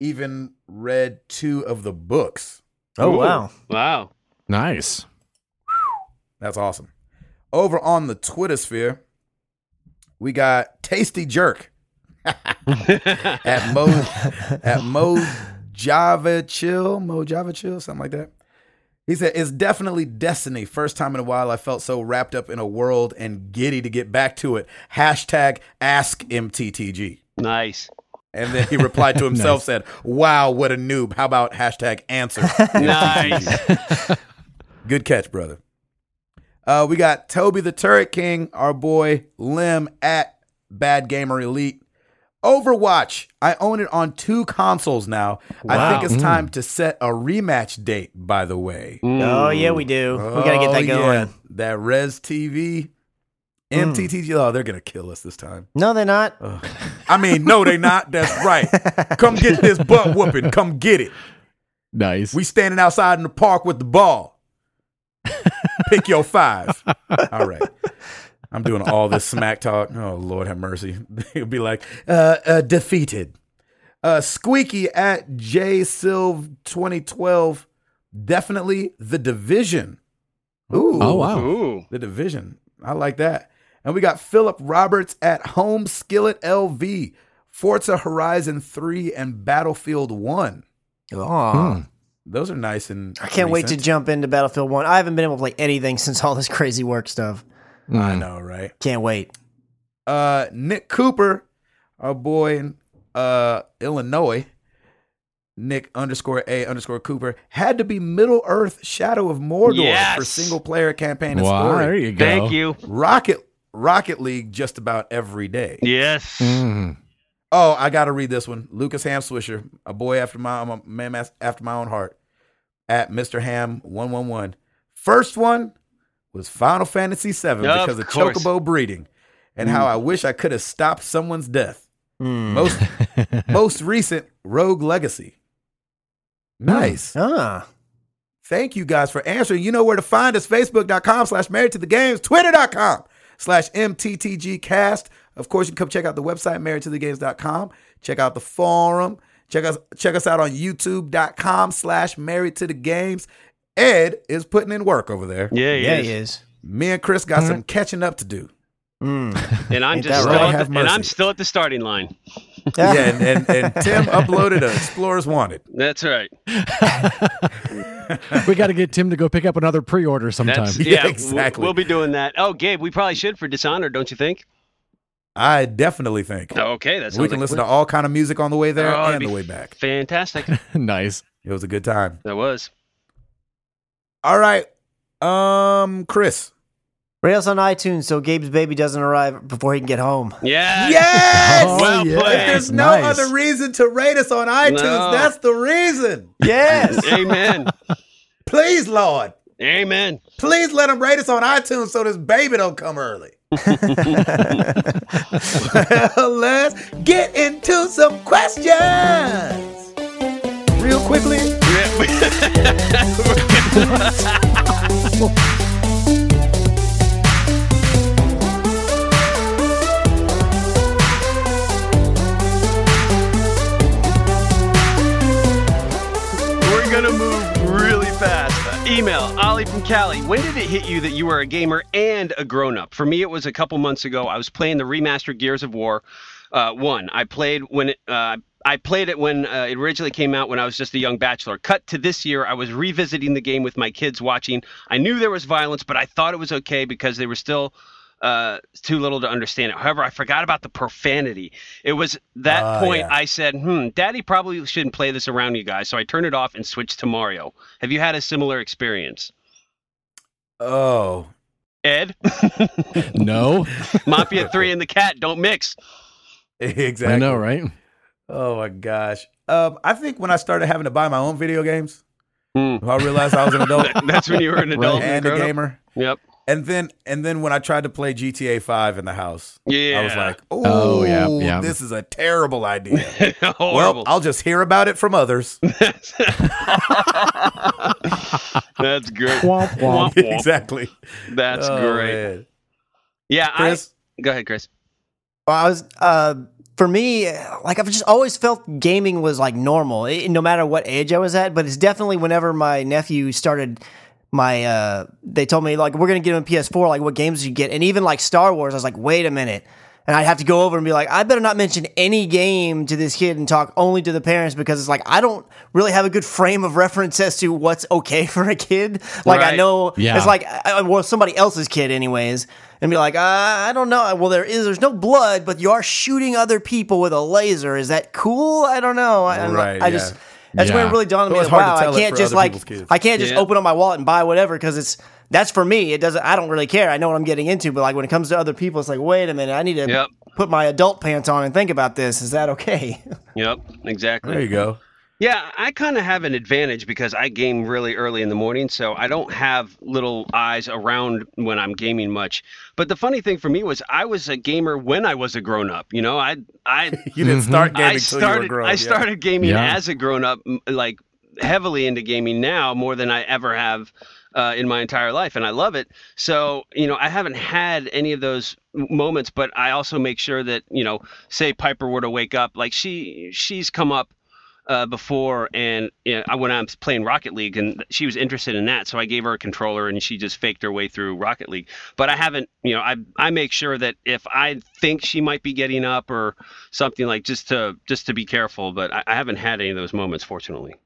even read two of the books.
Oh
Ooh.
wow.
Wow.
Nice.
That's awesome. Over on the Twitter sphere, we got Tasty Jerk at Mo at Mo Java Chill, Mo Java Chill, something like that. He said, It's definitely destiny. First time in a while I felt so wrapped up in a world and giddy to get back to it. Hashtag ask MTTG.
nice.
And then he replied to himself, said, Wow, what a noob. How about hashtag answer?
Nice.
Good catch, brother. Uh, we got Toby the Turret King, our boy Lim at Bad Gamer Elite. Overwatch. I own it on two consoles now. I think it's time to set a rematch date, by the way.
Oh
Mm.
yeah, we do. we gotta get
Oh,
that
yeah.
going. Mm.
That Res TV. MTTG. Oh, they're going to kill us this time.
No, they're not.
I mean, no, they not. That's right. Come get this butt whooping. Come get it.
Nice.
We standing outside in the park with the ball. Pick your five. All right. I'm doing all this smack talk. Oh Lord have mercy. He'll be like, uh, uh defeated. Uh squeaky at J Silv 2012. Definitely the division. Ooh.
oh wow.
Ooh.
The division. I like that. And we got Philip Roberts at Home Skillet LV, Forza Horizon 3 and Battlefield 1.
Aw.
Hmm.
Those are nice and
I can't wait to
recent.
jump into Battlefield One. I haven't been able to play anything since all this crazy work stuff.
I
Mm.
know, right?
Can't wait.
Uh, Nick Cooper, our boy in uh, Illinois, Nick underscore A underscore Cooper, had to be Middle Earth Shadow of Mordor for
Yes.
single player campaign and
Wow. There
story.
you go.
Thank you.
Rocket Rocket League just about every day.
Yes.
Mm.
Oh, I gotta read this one. Lucas Ham Swisher, a boy after my I'm a man mas- after my own heart. At Mr. Ham one one one. First one was Final Fantasy VII
Of
because of
course. Mm.
chocobo breeding, and how I wish I could have stopped someone's death.
Hmm.
Most most recent Rogue Legacy. Nice.
Ah.
Thank you guys for answering. You know where to find us. Facebook.com slash married to the games, twitter.com slash MTTGcast. Of course, you can come check out the website, married to the games.com. Check out the forum. Check us check us out on youtube.com slash married to the games. Ed is putting in work over there.
Yeah,
Yeah,
yeah.
he is.
Me and Chris got some catching up to do.
And I'm
Ain't
just
that
still
right?
at the,
Have
and I'm
mercy.
still at the starting line.
Yeah, and, and, and Tim uploaded a Explorers Wanted.
That's right.
we got to get Tim to go pick up another pre-order sometime.
That's
Yeah,
yeah, w-
exactly.
We'll be doing that. Oh, Gabe, we probably should for Dishonored, don't you think?
I definitely think.
Okay, that's
we can listen to all kind of music on the way there
Oh, it'd
and
be
the way back.
fantastic.
nice.
It was a good time.
That was
All right. Um, Chris.
Rails on iTunes, so Gabe's baby doesn't arrive before he can get home.
yeah.
Yes.
Oh,
Well
yes.
played.
There's no
Nice.
other reason to rate us on iTunes.
No.
That's the reason.
Yes.
Amen.
Please, Lord.
Amen.
Please let them rate us on iTunes so this baby don't come early. well, let's get into some questions. Real quickly.
We're gonna move really fast. Uh, Email Ollie from Cali. When did it hit you that you were a gamer and a grown up? For me, it was a couple months ago. I was playing the remastered Gears of War. Uh, one, I played when it. Uh, I played it when uh, it originally came out when I was just a young bachelor. Cut to this year, I was revisiting the game with my kids watching. I knew there was violence, but I thought it was okay because they were still uh, too little to understand it. However, I forgot about the profanity. It was that
Ah,
point
yeah.
I said, "Hmm, Daddy probably shouldn't play this around you guys." So I turned it off and switched to Mario. Have you had a similar experience,
Oh,
Ed?
No,
Mafia Three and the cat don't mix.
exactly.
I know, right?
Oh my gosh. Um, I think when I started having to buy my own video games,
Hmm.
I realized I was an adult
That's when you were an adult
and
and
a
grown up.
gamer.
Yep.
And then and then when I tried to play GTA Five in the house,
Yeah.
I was like, "Ooh,
Oh, yeah, yeah.
this is a terrible idea." well,
horrible.
I'll just hear about it from others.
That's great.
Womp, womp.
Womp, womp.
exactly.
That's
Oh,
great.
man.
Yeah.
Chris,
I, go ahead, Chris.
Well, I was uh, for me, like I've just always felt gaming was like normal, i no matter what age I was at. But it's definitely whenever my nephew started my uh they told me like we're gonna get him a ps4 like what games did you get and even like star wars i was like wait a minute and i'd have to go over and be like i better not mention any game to this kid and talk only to the parents because it's like i don't really have a good frame of reference as to what's okay for a kid like i
Right.
know
Yeah.
it's like I, I- well somebody else's kid anyways and be like uh, i don't know well there is there's no blood but you are shooting other people with a laser is that cool i don't know i, I'm not-
Right,
I
yeah.
just that's when
Yeah.
it really dawned on
It
me
was
that,
hard to
wow
tell
i
it
can't
for
just
other
like
people's kids.
i can't just
Yeah.
open up my wallet and buy whatever because it's that's for me. It doesn't. I don't really care. I know what I'm getting into. But like when it comes to other people, it's like, wait a minute. I need to
Yep.
put my adult pants on and think about this. Is that okay?
Yep. Exactly.
there you go.
Yeah, I kind of have an advantage because I game really early in the morning, so I don't have little eyes around when I'm gaming much. But the funny thing for me was I was a gamer when I was a grown up. You know, I I
You
Mm-hmm.
didn't start gaming
I
until you were
started
grown.
I
yeah.
started gaming
Yeah.
as a grown up, m- like heavily into gaming now more than I ever have uh, in my entire life, and I love it. So you know, I haven't had any of those m- moments, but I also make sure that you know, say Piper were to wake up, like she she's come up. Uh, before and you know, I when I'm playing Rocket League and she was interested in that, so I gave her a controller and she just faked her way through Rocket League. But I haven't, you know, I I make sure that if I think she might be getting up or something like just to just to be careful. But I, I haven't had any of those moments, fortunately.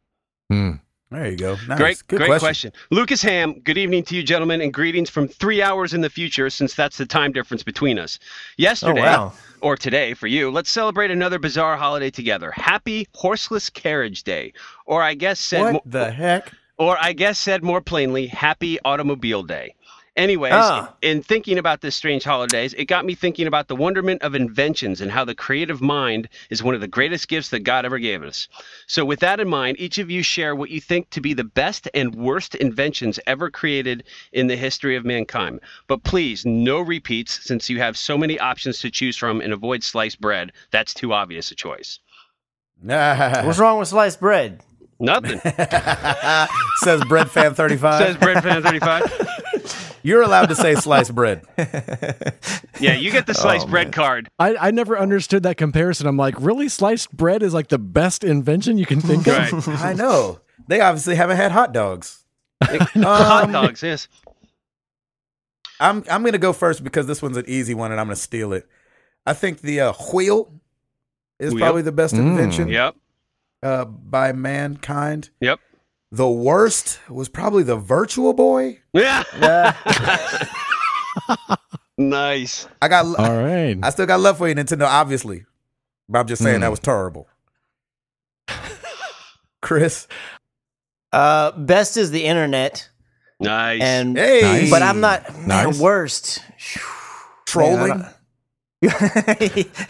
Hmm.
There you go. Nice.
Great,
Good
great question. Lucas Ham. Good evening to you, gentlemen, and greetings from three hours in the future, since that's the time difference between us.
Oh,
Yesterday
wow.
or today for you, let's celebrate another bizarre holiday together. Happy Horseless Carriage Day, or I guess said,
What
mo-
the heck?
or I guess said more plainly, Happy Automobile Day. Anyways,
Ah.
in thinking about this strange holidays, it got me thinking about the wonderment of inventions and how the creative mind is one of the greatest gifts that God ever gave us. So, with that in mind, each of you share what you think to be the best and worst inventions ever created in the history of mankind. But please, no repeats since you have so many options to choose from and avoid sliced bread. That's too obvious a choice.
What's wrong with sliced bread?
Nothing,
Says bread fan thirty
says
five.
Bread Fan 35.
You're allowed to say sliced bread.
Yeah, you get the sliced bread card.
I, I never understood that comparison. I'm like, really, sliced bread is like the best invention you can think of.
Right.
I know. They obviously haven't had hot dogs.
Hot
Um,
dogs, yes.
I'm I'm gonna go first because this one's an easy one and I'm gonna steal it. I think the uh, wheel is
Wheel.
probably the best
Mm.
invention
Yep.
uh, by mankind.
Yep.
The worst was probably the Virtual Boy.
Yeah.
Uh,
Nice.
I got
Oh.
lo-
All right.
I still got love for you Nintendo, obviously, but I'm just saying
Mm.
Hmm.
that was terrible. Chris,
uh, best is the internet,
Nice.
and
hey,
Nice.
but I'm not man,
Nice.
worst.
trolling.
Man, I don't-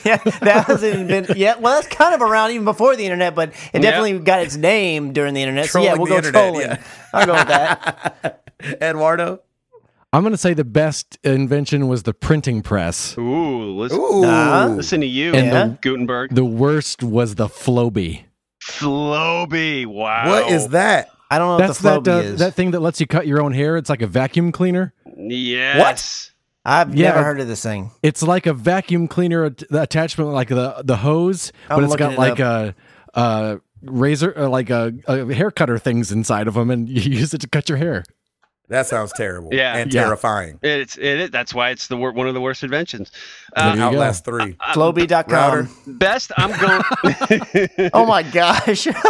yeah, that was an invent. Yeah, well, that's kind of around even before the internet, but it definitely got its name during the internet. so yeah,
Trolling
we'll
the
go
internet,
trolling.
yeah.
I'll go with that.
Eduardo.
I'm going to say the best invention was the printing press.
Ooh, listen,
Ooh,
Nah.
listen to you,
And
the-
Gutenberg.
The worst was the Floby.
Floby. Wow.
what is that?
I don't know
That's
what
that
Oh, the
uh,
phobia is.
that thing that lets you cut your own hair. It's like a vacuum cleaner.
Yes.
I've
Yeah.
never heard of this thing.
It's like a vacuum cleaner at- the attachment, like the the hose,
I'm
but it's
looking
got
it
like a, a razor, or like a, a hair cutter things inside of them, and you use it to cut your hair.
That sounds terrible.
Yeah.
and
Yeah.
terrifying.
It's it, it. That's why it's the wor- one of the worst inventions.
There you
Uh,
go.
Outlast three. Router.
Floby.com.
best. I'm going.
Oh my gosh. Look at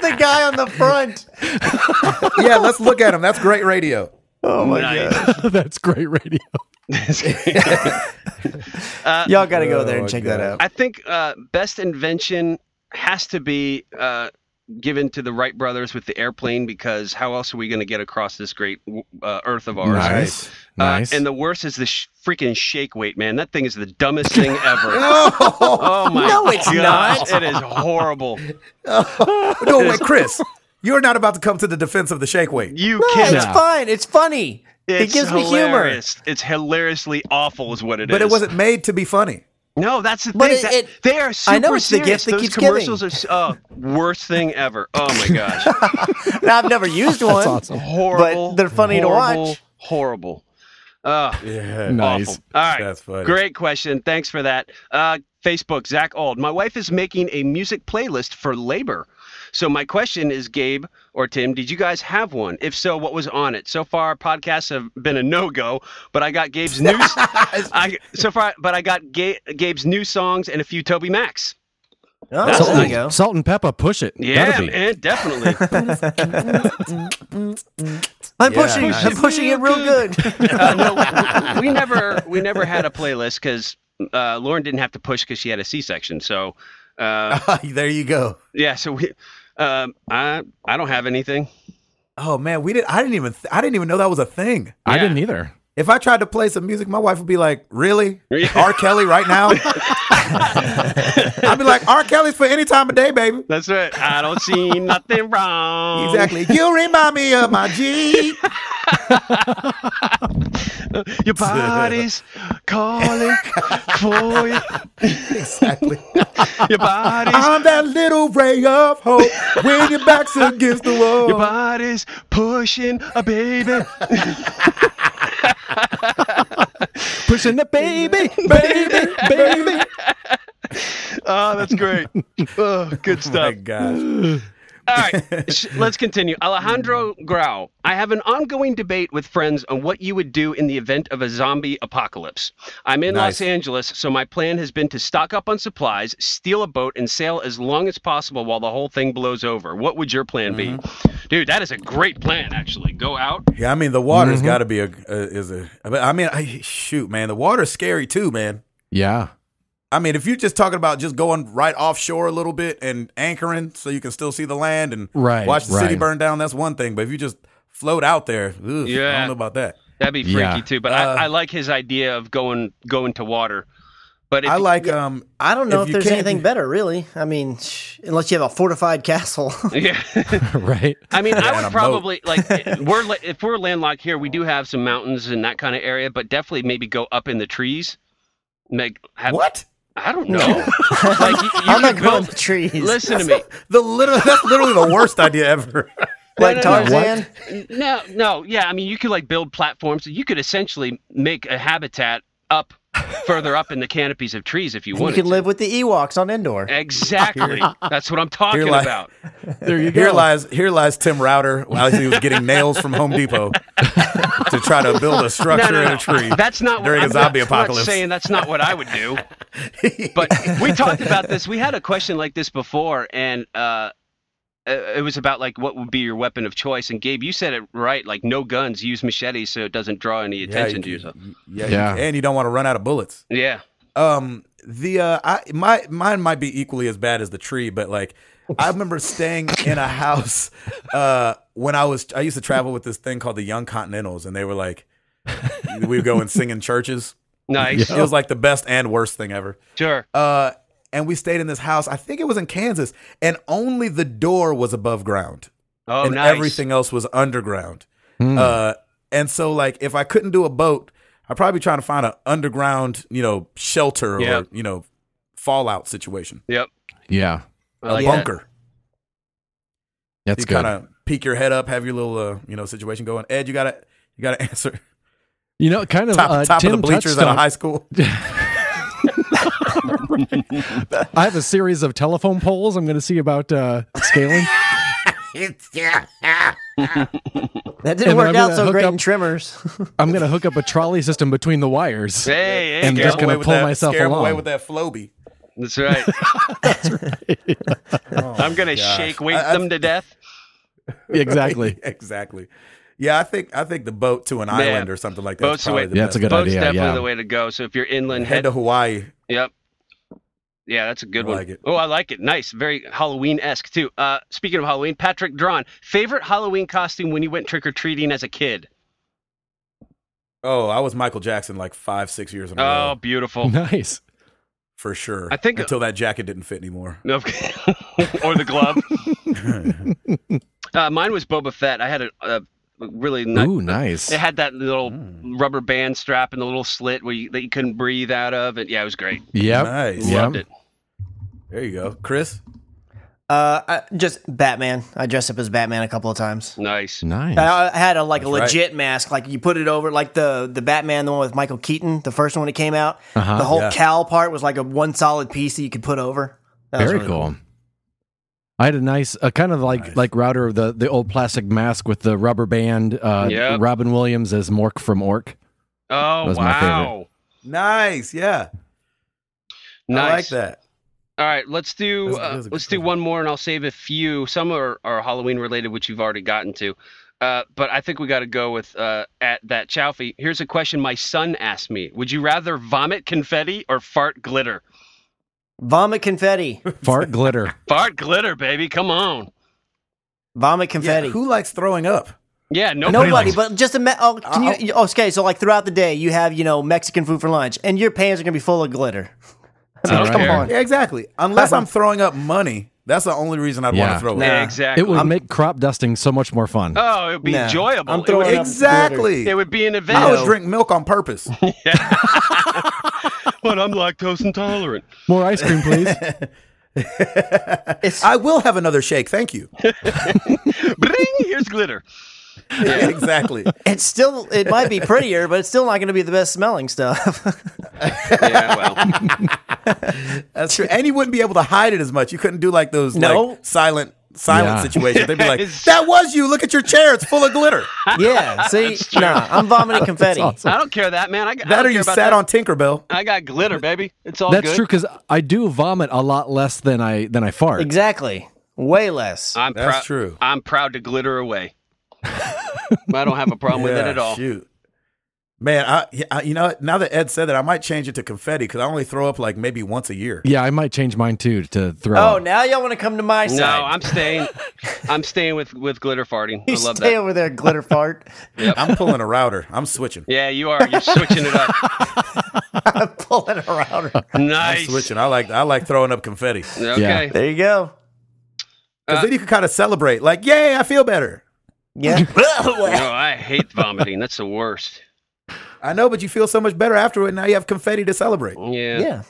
the guy on the front.
yeah, let's look at him. That's great radio.
Oh my
Nice.
god.
That's great radio.
Y'all got to go there
Oh,
and check that
God.
out.
I think uh, best invention has to be uh, given to the Wright brothers with the airplane because how else are we going to get across this great uh, Earth of ours?
Nice.
Uh,
Nice.
and the worst is the sh- freaking shake weight, man. That thing is the dumbest thing ever.
Oh,
oh my
No, it's
gosh, It is horrible.
no, wait, Chris, you're not about to come to the defense of the shake weight.
You
No,
can't.
it's fine. It's funny.
It's
it gives
hilarious. me humor. It's hilariously awful, is what it is.
But it wasn't made to be funny.
No, that's the
But
thing.
it-
that-
it-
they are super
I know it's the
serious.
gift that
Those
keeps giving.
commercials are s- oh, worst thing ever. Oh my gosh,
me humor. Now, I've never used one. Oh,
awesome.
horrible.
they're funny to
horrible,
watch.
Horrible. Uh,
Yeah.
Nice.
Awful. All right.
That's funny.
Great question. Thanks for that. Uh, Facebook, Zach Auld. My wife is making a music playlist for labor. So my question is, Gabe or Tim, did you guys have one? If so, what was on it? So far, podcasts have been a no-go, but I got Gabe's new. I so far, but I got Ga- Gabe's new songs and a few Toby Max.
Oh,
That's
there
Salt,
you go.
and, salt and pepper, push it.
Yeah,
Gotta be.
man, definitely.
I'm
Yeah,
pushing.
nice.
I'm pushing it real good.
uh, no, we, we never we never had a playlist because uh, Lauren didn't have to push because she had a C-section. So. Uh,
there you go.
Yeah, so we, um, I I don't have anything.
Oh man, we did. I didn't even. Th- I didn't even know that was a thing.
I
Yeah.
didn't either.
If I tried to play some music, my wife would be like, "Really,
Yeah.
R. Kelly right now?" I'd be like, "R. Kelly's for any time of day, baby."
That's right. I don't see nothing wrong.
Exactly. You remind me of my G.
Your body's calling for you.
exactly.
Your body's
I'm that little ray of hope when your back's against the wall.
your body's pushing a baby.
Pushing the baby, baby, baby.
Oh, that's great. Oh, good
Oh my
stuff.
gosh.
All right, sh- let's continue. Alejandro Grau, I have an ongoing debate with friends on what you would do in the event of a zombie apocalypse. I'm in
Nice.
Los Angeles, so my plan has been to stock up on supplies, steal a boat, and sail as long as possible while the whole thing blows over. What would your plan
Mm-hmm.
be? Dude, that is a great plan, actually. Go out.
Yeah, I mean the water's got to be a, a is a. But I mean, I, shoot, man, the water's scary too, man.
Yeah.
I mean, if you're just talking about just going right offshore a little bit and anchoring so you can still see the land and
Right,
watch the city
right.
burn down, that's one thing. But if you just float out there, ugh, I
Yeah.
don't know about that.
That'd be freaky
Yeah.
too. But
Uh,
I, I like his idea of going going to water. But if,
I like um
I don't
If
know if,
you
there's
can't-
anything better, really. I mean, sh- unless you have a fortified castle.
yeah.
right.
I mean,
on
I
a
would
boat.
probably like eh, we're la- if we're landlocked here, we do have some mountains in that kind of area, but definitely maybe go up in the trees. Make have,
what
I don't know. like you, you
I'm not
could
going
build.
to trees.
Listen to me.
the literally that's literally the worst idea ever.
like
no, no, no.
Tarzan.
No, no, yeah. I mean, you could like build platforms. You could essentially make a habitat up further up in the canopies of trees if you
You
wanted.
can
to.
live with the Ewoks on Endor.
Exactly. That's what I'm talking
You're like-
about.
There you go.
Here lies here lies Tim Router while he was getting nails from Home Depot to try to build a structure in a tree.
That's not what
during a
I'm
zombie
not, I'm not
apocalypse.
saying that's not what I would do. but we talked about this. We had a question like this before, and uh, it it was about like what would be your weapon of choice. And Gabe, you said it right. Like no guns, use machetes so it doesn't draw any attention to yourself.
Yeah,
Yeah.
You, and you don't want to run out of bullets.
Yeah.
Um, uh, uh,
Nice.
it was like the best and worst thing ever
Sure.
uh and we stayed in this house i think it was in kansas and only the door was above ground
Oh,
and
nice.
everything else was underground.
Hmm.
Hmm.
Uh, and so, like, if I couldn't do a boat, I'd probably be trying to find an underground, you know, shelter
Yeah.
or you know, fallout situation,
Yep.
yeah.
I like
a
that.
bunker.
That's
you
good.
kind of peek your head up, have your little, uh, you know, situation going. Ed, you gotta, you gotta answer
you know, kind of
top,
uh,
top of
Tim
the bleachers
touched
at a
on-
high school.
I have a series of telephone poles. I'm going to see about uh, scaling.
That didn't
And
work
I'm
out
gonna
so
hook
great
up-
in Tremors.
I'm going to hook up a trolley system between the wires.
Hey, hey,
And
go.
just gonna
Away with
pull
that-
myself
scare 'em away
along.
with that floby.
That's right. I'm gonna shake weight
Oh, I- I-
them to death.
Exactly.
exactly. Yeah, I think I think the boat to an
Man,
island or something like that.
boat's the way-
Yeah, it's a good
Boat's
idea.
definitely
Yeah.
the way to go. So if you're inland,
Head
head.
to Hawaii.
Yep. Yeah, that's a good
I
one.
like it.
Oh, I like it. Nice. Very Halloween esque too. Uh, speaking of Halloween, Patrick Drawn, favorite Halloween costume when you went trick or treating as a kid?
Oh, I was Michael Jackson like five, six years in a
Oh,
row
beautiful.
Nice.
for sure.
I think-
until that jacket didn't fit anymore.
No, or the glove. uh, mine was Boba Fett. I had a, a really nice.
Ooh, nice.
It had that little rubber band strap and the little slit where you, that you couldn't breathe out of. And yeah, it was great.
Yep.
Nice.
Yeah.
Loved it.
There you go, Chris.
Uh, I, just Batman. I dressed up as Batman a couple of times.
Nice.
Nice.
I I had a like a
right.
legit mask, like you put it over, like the the Batman, the one with Michael Keaton, the first one that came out. the whole
Yeah.
cowl part was like a one solid piece that you could put over. That was
Very
really
cool. I had a nice, uh, kind of like like router the the old plastic mask with the rubber band. Uh,
Yep.
Robin Williams as Mork from Ork.
Oh,
was my
wow.
Nice. Yeah,
Nice.
I like that.
All right, let's do
That's-
uh,
that's a good
let's do
question.
one more, and I'll save a few. Some are, are Halloween related, which you've already gotten to, uh, but I think we got to go with uh, at that Chowfie. Here's a question my son asked me: Would you rather vomit confetti or fart glitter?
Vomit confetti.
Fart glitter.
Fart glitter, baby, come on.
Vomit
Yeah,
confetti.
who likes throwing up?
Yeah, nobody.
Nobody,
likes- Uh,
but just a oh, can you- you, oh, okay. So like throughout the day, you have you know Mexican food for lunch, and your pans are gonna be full of glitter.
I don't
All right.
care.
Come on.
Yeah, exactly. Unless I'm throwing up money, that's the only reason I'd
Yeah.
want to throw
Nah.
it.
Exactly.
It would make crop dusting so much more fun.
oh, it would be
Nah.
enjoyable.
I'm
It would-
throwing up
Exactly.
it would be an event.
I would drink milk on purpose.
but I'm lactose intolerant.
More ice cream, please.
I will have another shake. Thank you.
Bring, here's glitter.
exactly.
It's still it might be prettier, but it's still not gonna be the best smelling stuff.
Yeah, well,
That's true. And you wouldn't be able to hide it as much. You couldn't do like those
No.
like silent silent
Yeah.
situations. They'd be like,
Yes.
"That was you. Look at your chair. It's full of glitter."
yeah, see, nah, I'm vomiting confetti.
I don't care that man. I, got- I
That
don't
or
care
you
about
sat
that.
on Tinkerbell.
I got glitter, baby. It's all
That's
good.
true because I do vomit a lot less than I than I fart.
Exactly, way less.
I'm
That's
proud.
true.
I'm proud to glitter away. I don't have a problem with it
Yeah,
at all.
Shoot. Man, I, yeah, I- you know what? now that Ed said that, I might change it to confetti because I only throw up like maybe once a year.
Yeah, I might change mine too to throw.
Oh,
up.
now y'all want to come to my
No,
side?
I'm staying. I'm staying with with glitter farting.
you
I love
stay
that.
over there, glitter fart.
I'm pulling a router. I'm switching.
Yeah, you are. You're switching it up.
Pull it around.
I'm
Nice.
switching. I like I like throwing up confetti because
Okay.
There you go.
Uh,
then you can kind of celebrate. Like, yay, I feel better.
Yeah.
No, I hate vomiting. That's the worst.
I know, but you feel so much better afterward. Now you have confetti to celebrate,
Yeah.
yeah.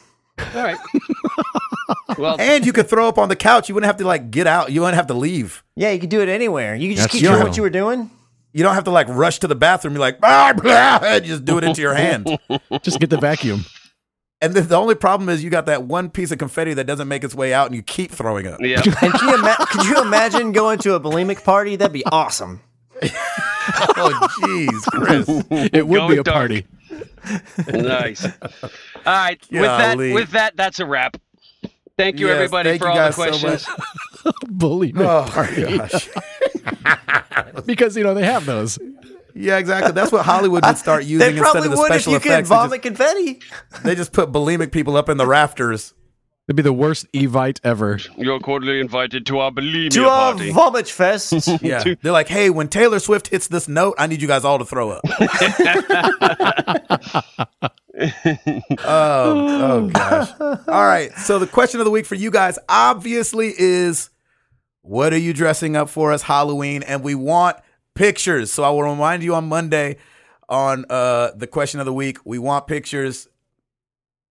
All right. Well,
and you could throw up on the couch. You wouldn't have to like get out. You wouldn't have to leave.
Yeah, you could do it anywhere. You could just
That's
keep doing
true.
what you were doing.
You don't have to like rush to the bathroom. You're like, "Ah, blah," and just do it into your hand.
Just get the vacuum.
And then the only problem is you got that one piece of confetti that doesn't make its way out, and you keep throwing up.
yeah.
And can you ima- could you imagine going to a bulimic party? That'd be awesome.
oh, jeez, Chris.
It would be
Going
a
dark.
party.
Nice. All right. With
Golly.
that, with that, that's a wrap. Thank you
Yes,
everybody
thank
for
you
all the
guys so
questions.
Bully
Oh gosh.
because you know they have those.
Yeah, exactly. That's what Hollywood would start using
They
instead
probably
of the
would if
special
you could
effects. They just-
vomit confetti.
they just put bulimic people up in the rafters.
It'd be the worst evite ever.
You're cordially invited to our bulimia
To a
party.
vomit fest.
Yeah. They're like, hey, when Taylor Swift hits this note, I need you guys all to throw up. oh, oh, gosh. All right. So, the question of the week for you guys obviously is what are you dressing up for as Halloween? And we want pictures. So, I will remind you on Monday on uh, the question of the week. We want pictures.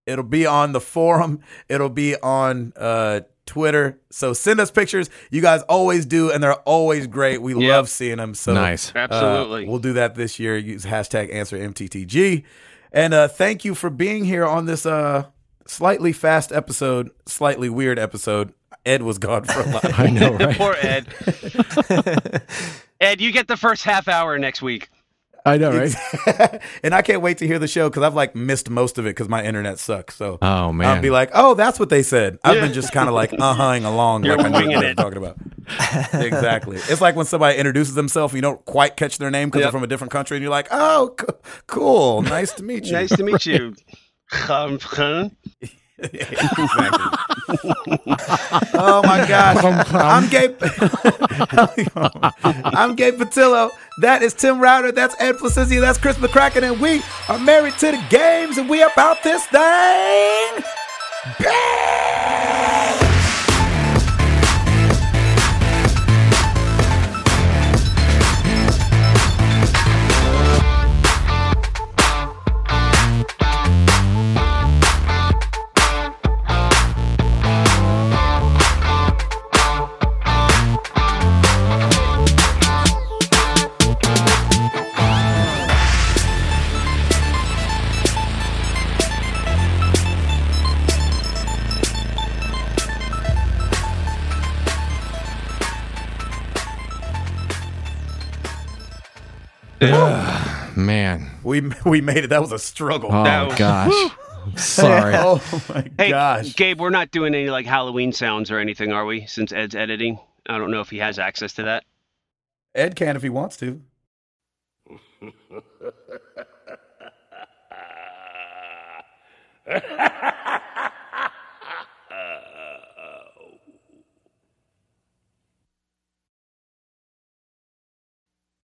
It'll be on the forum. It'll be on uh, Twitter. So send us pictures. You guys always do, and they're always great. We
Yep.
love seeing them. So
Nice.
uh,
Absolutely.
we'll do that this year. Use hashtag answer MTTG. And uh, thank you for being here on this uh, slightly fast episode, slightly weird episode. Ed was gone for a
I
lot.
know, right?
Poor Ed. Ed, you get the first half hour next week.
I know, right?
and I can't wait to hear the show because I've like missed most of it because my internet sucks. So
Oh, man.
I'll be like, oh, that's what they said. I've been just kind of like uh huhing along
You're
like I knew what
winging
they were
it.
talking about. exactly. It's like when somebody introduces themselves, and you don't quite catch their name because
Yep.
they're from a different country, and you're like, "Oh, c- cool, nice to meet you."
Nice to meet you. Um, huh?
Exactly. oh my gosh. I'm Gabe. I'm Gabe Patillo. That is Tim Router. That's Ed Placizia. That's Chris McCracken. And we are married to the games and we about this thing. Bang!
Man.
We, we made it. That was a struggle.
Oh,
was-
gosh. Sorry.
Oh my
Hey,
gosh.
Gabe, we're not doing any like Halloween sounds or anything, are we? Since Ed's editing, I don't know if he has access to that.
Ed can if he wants to.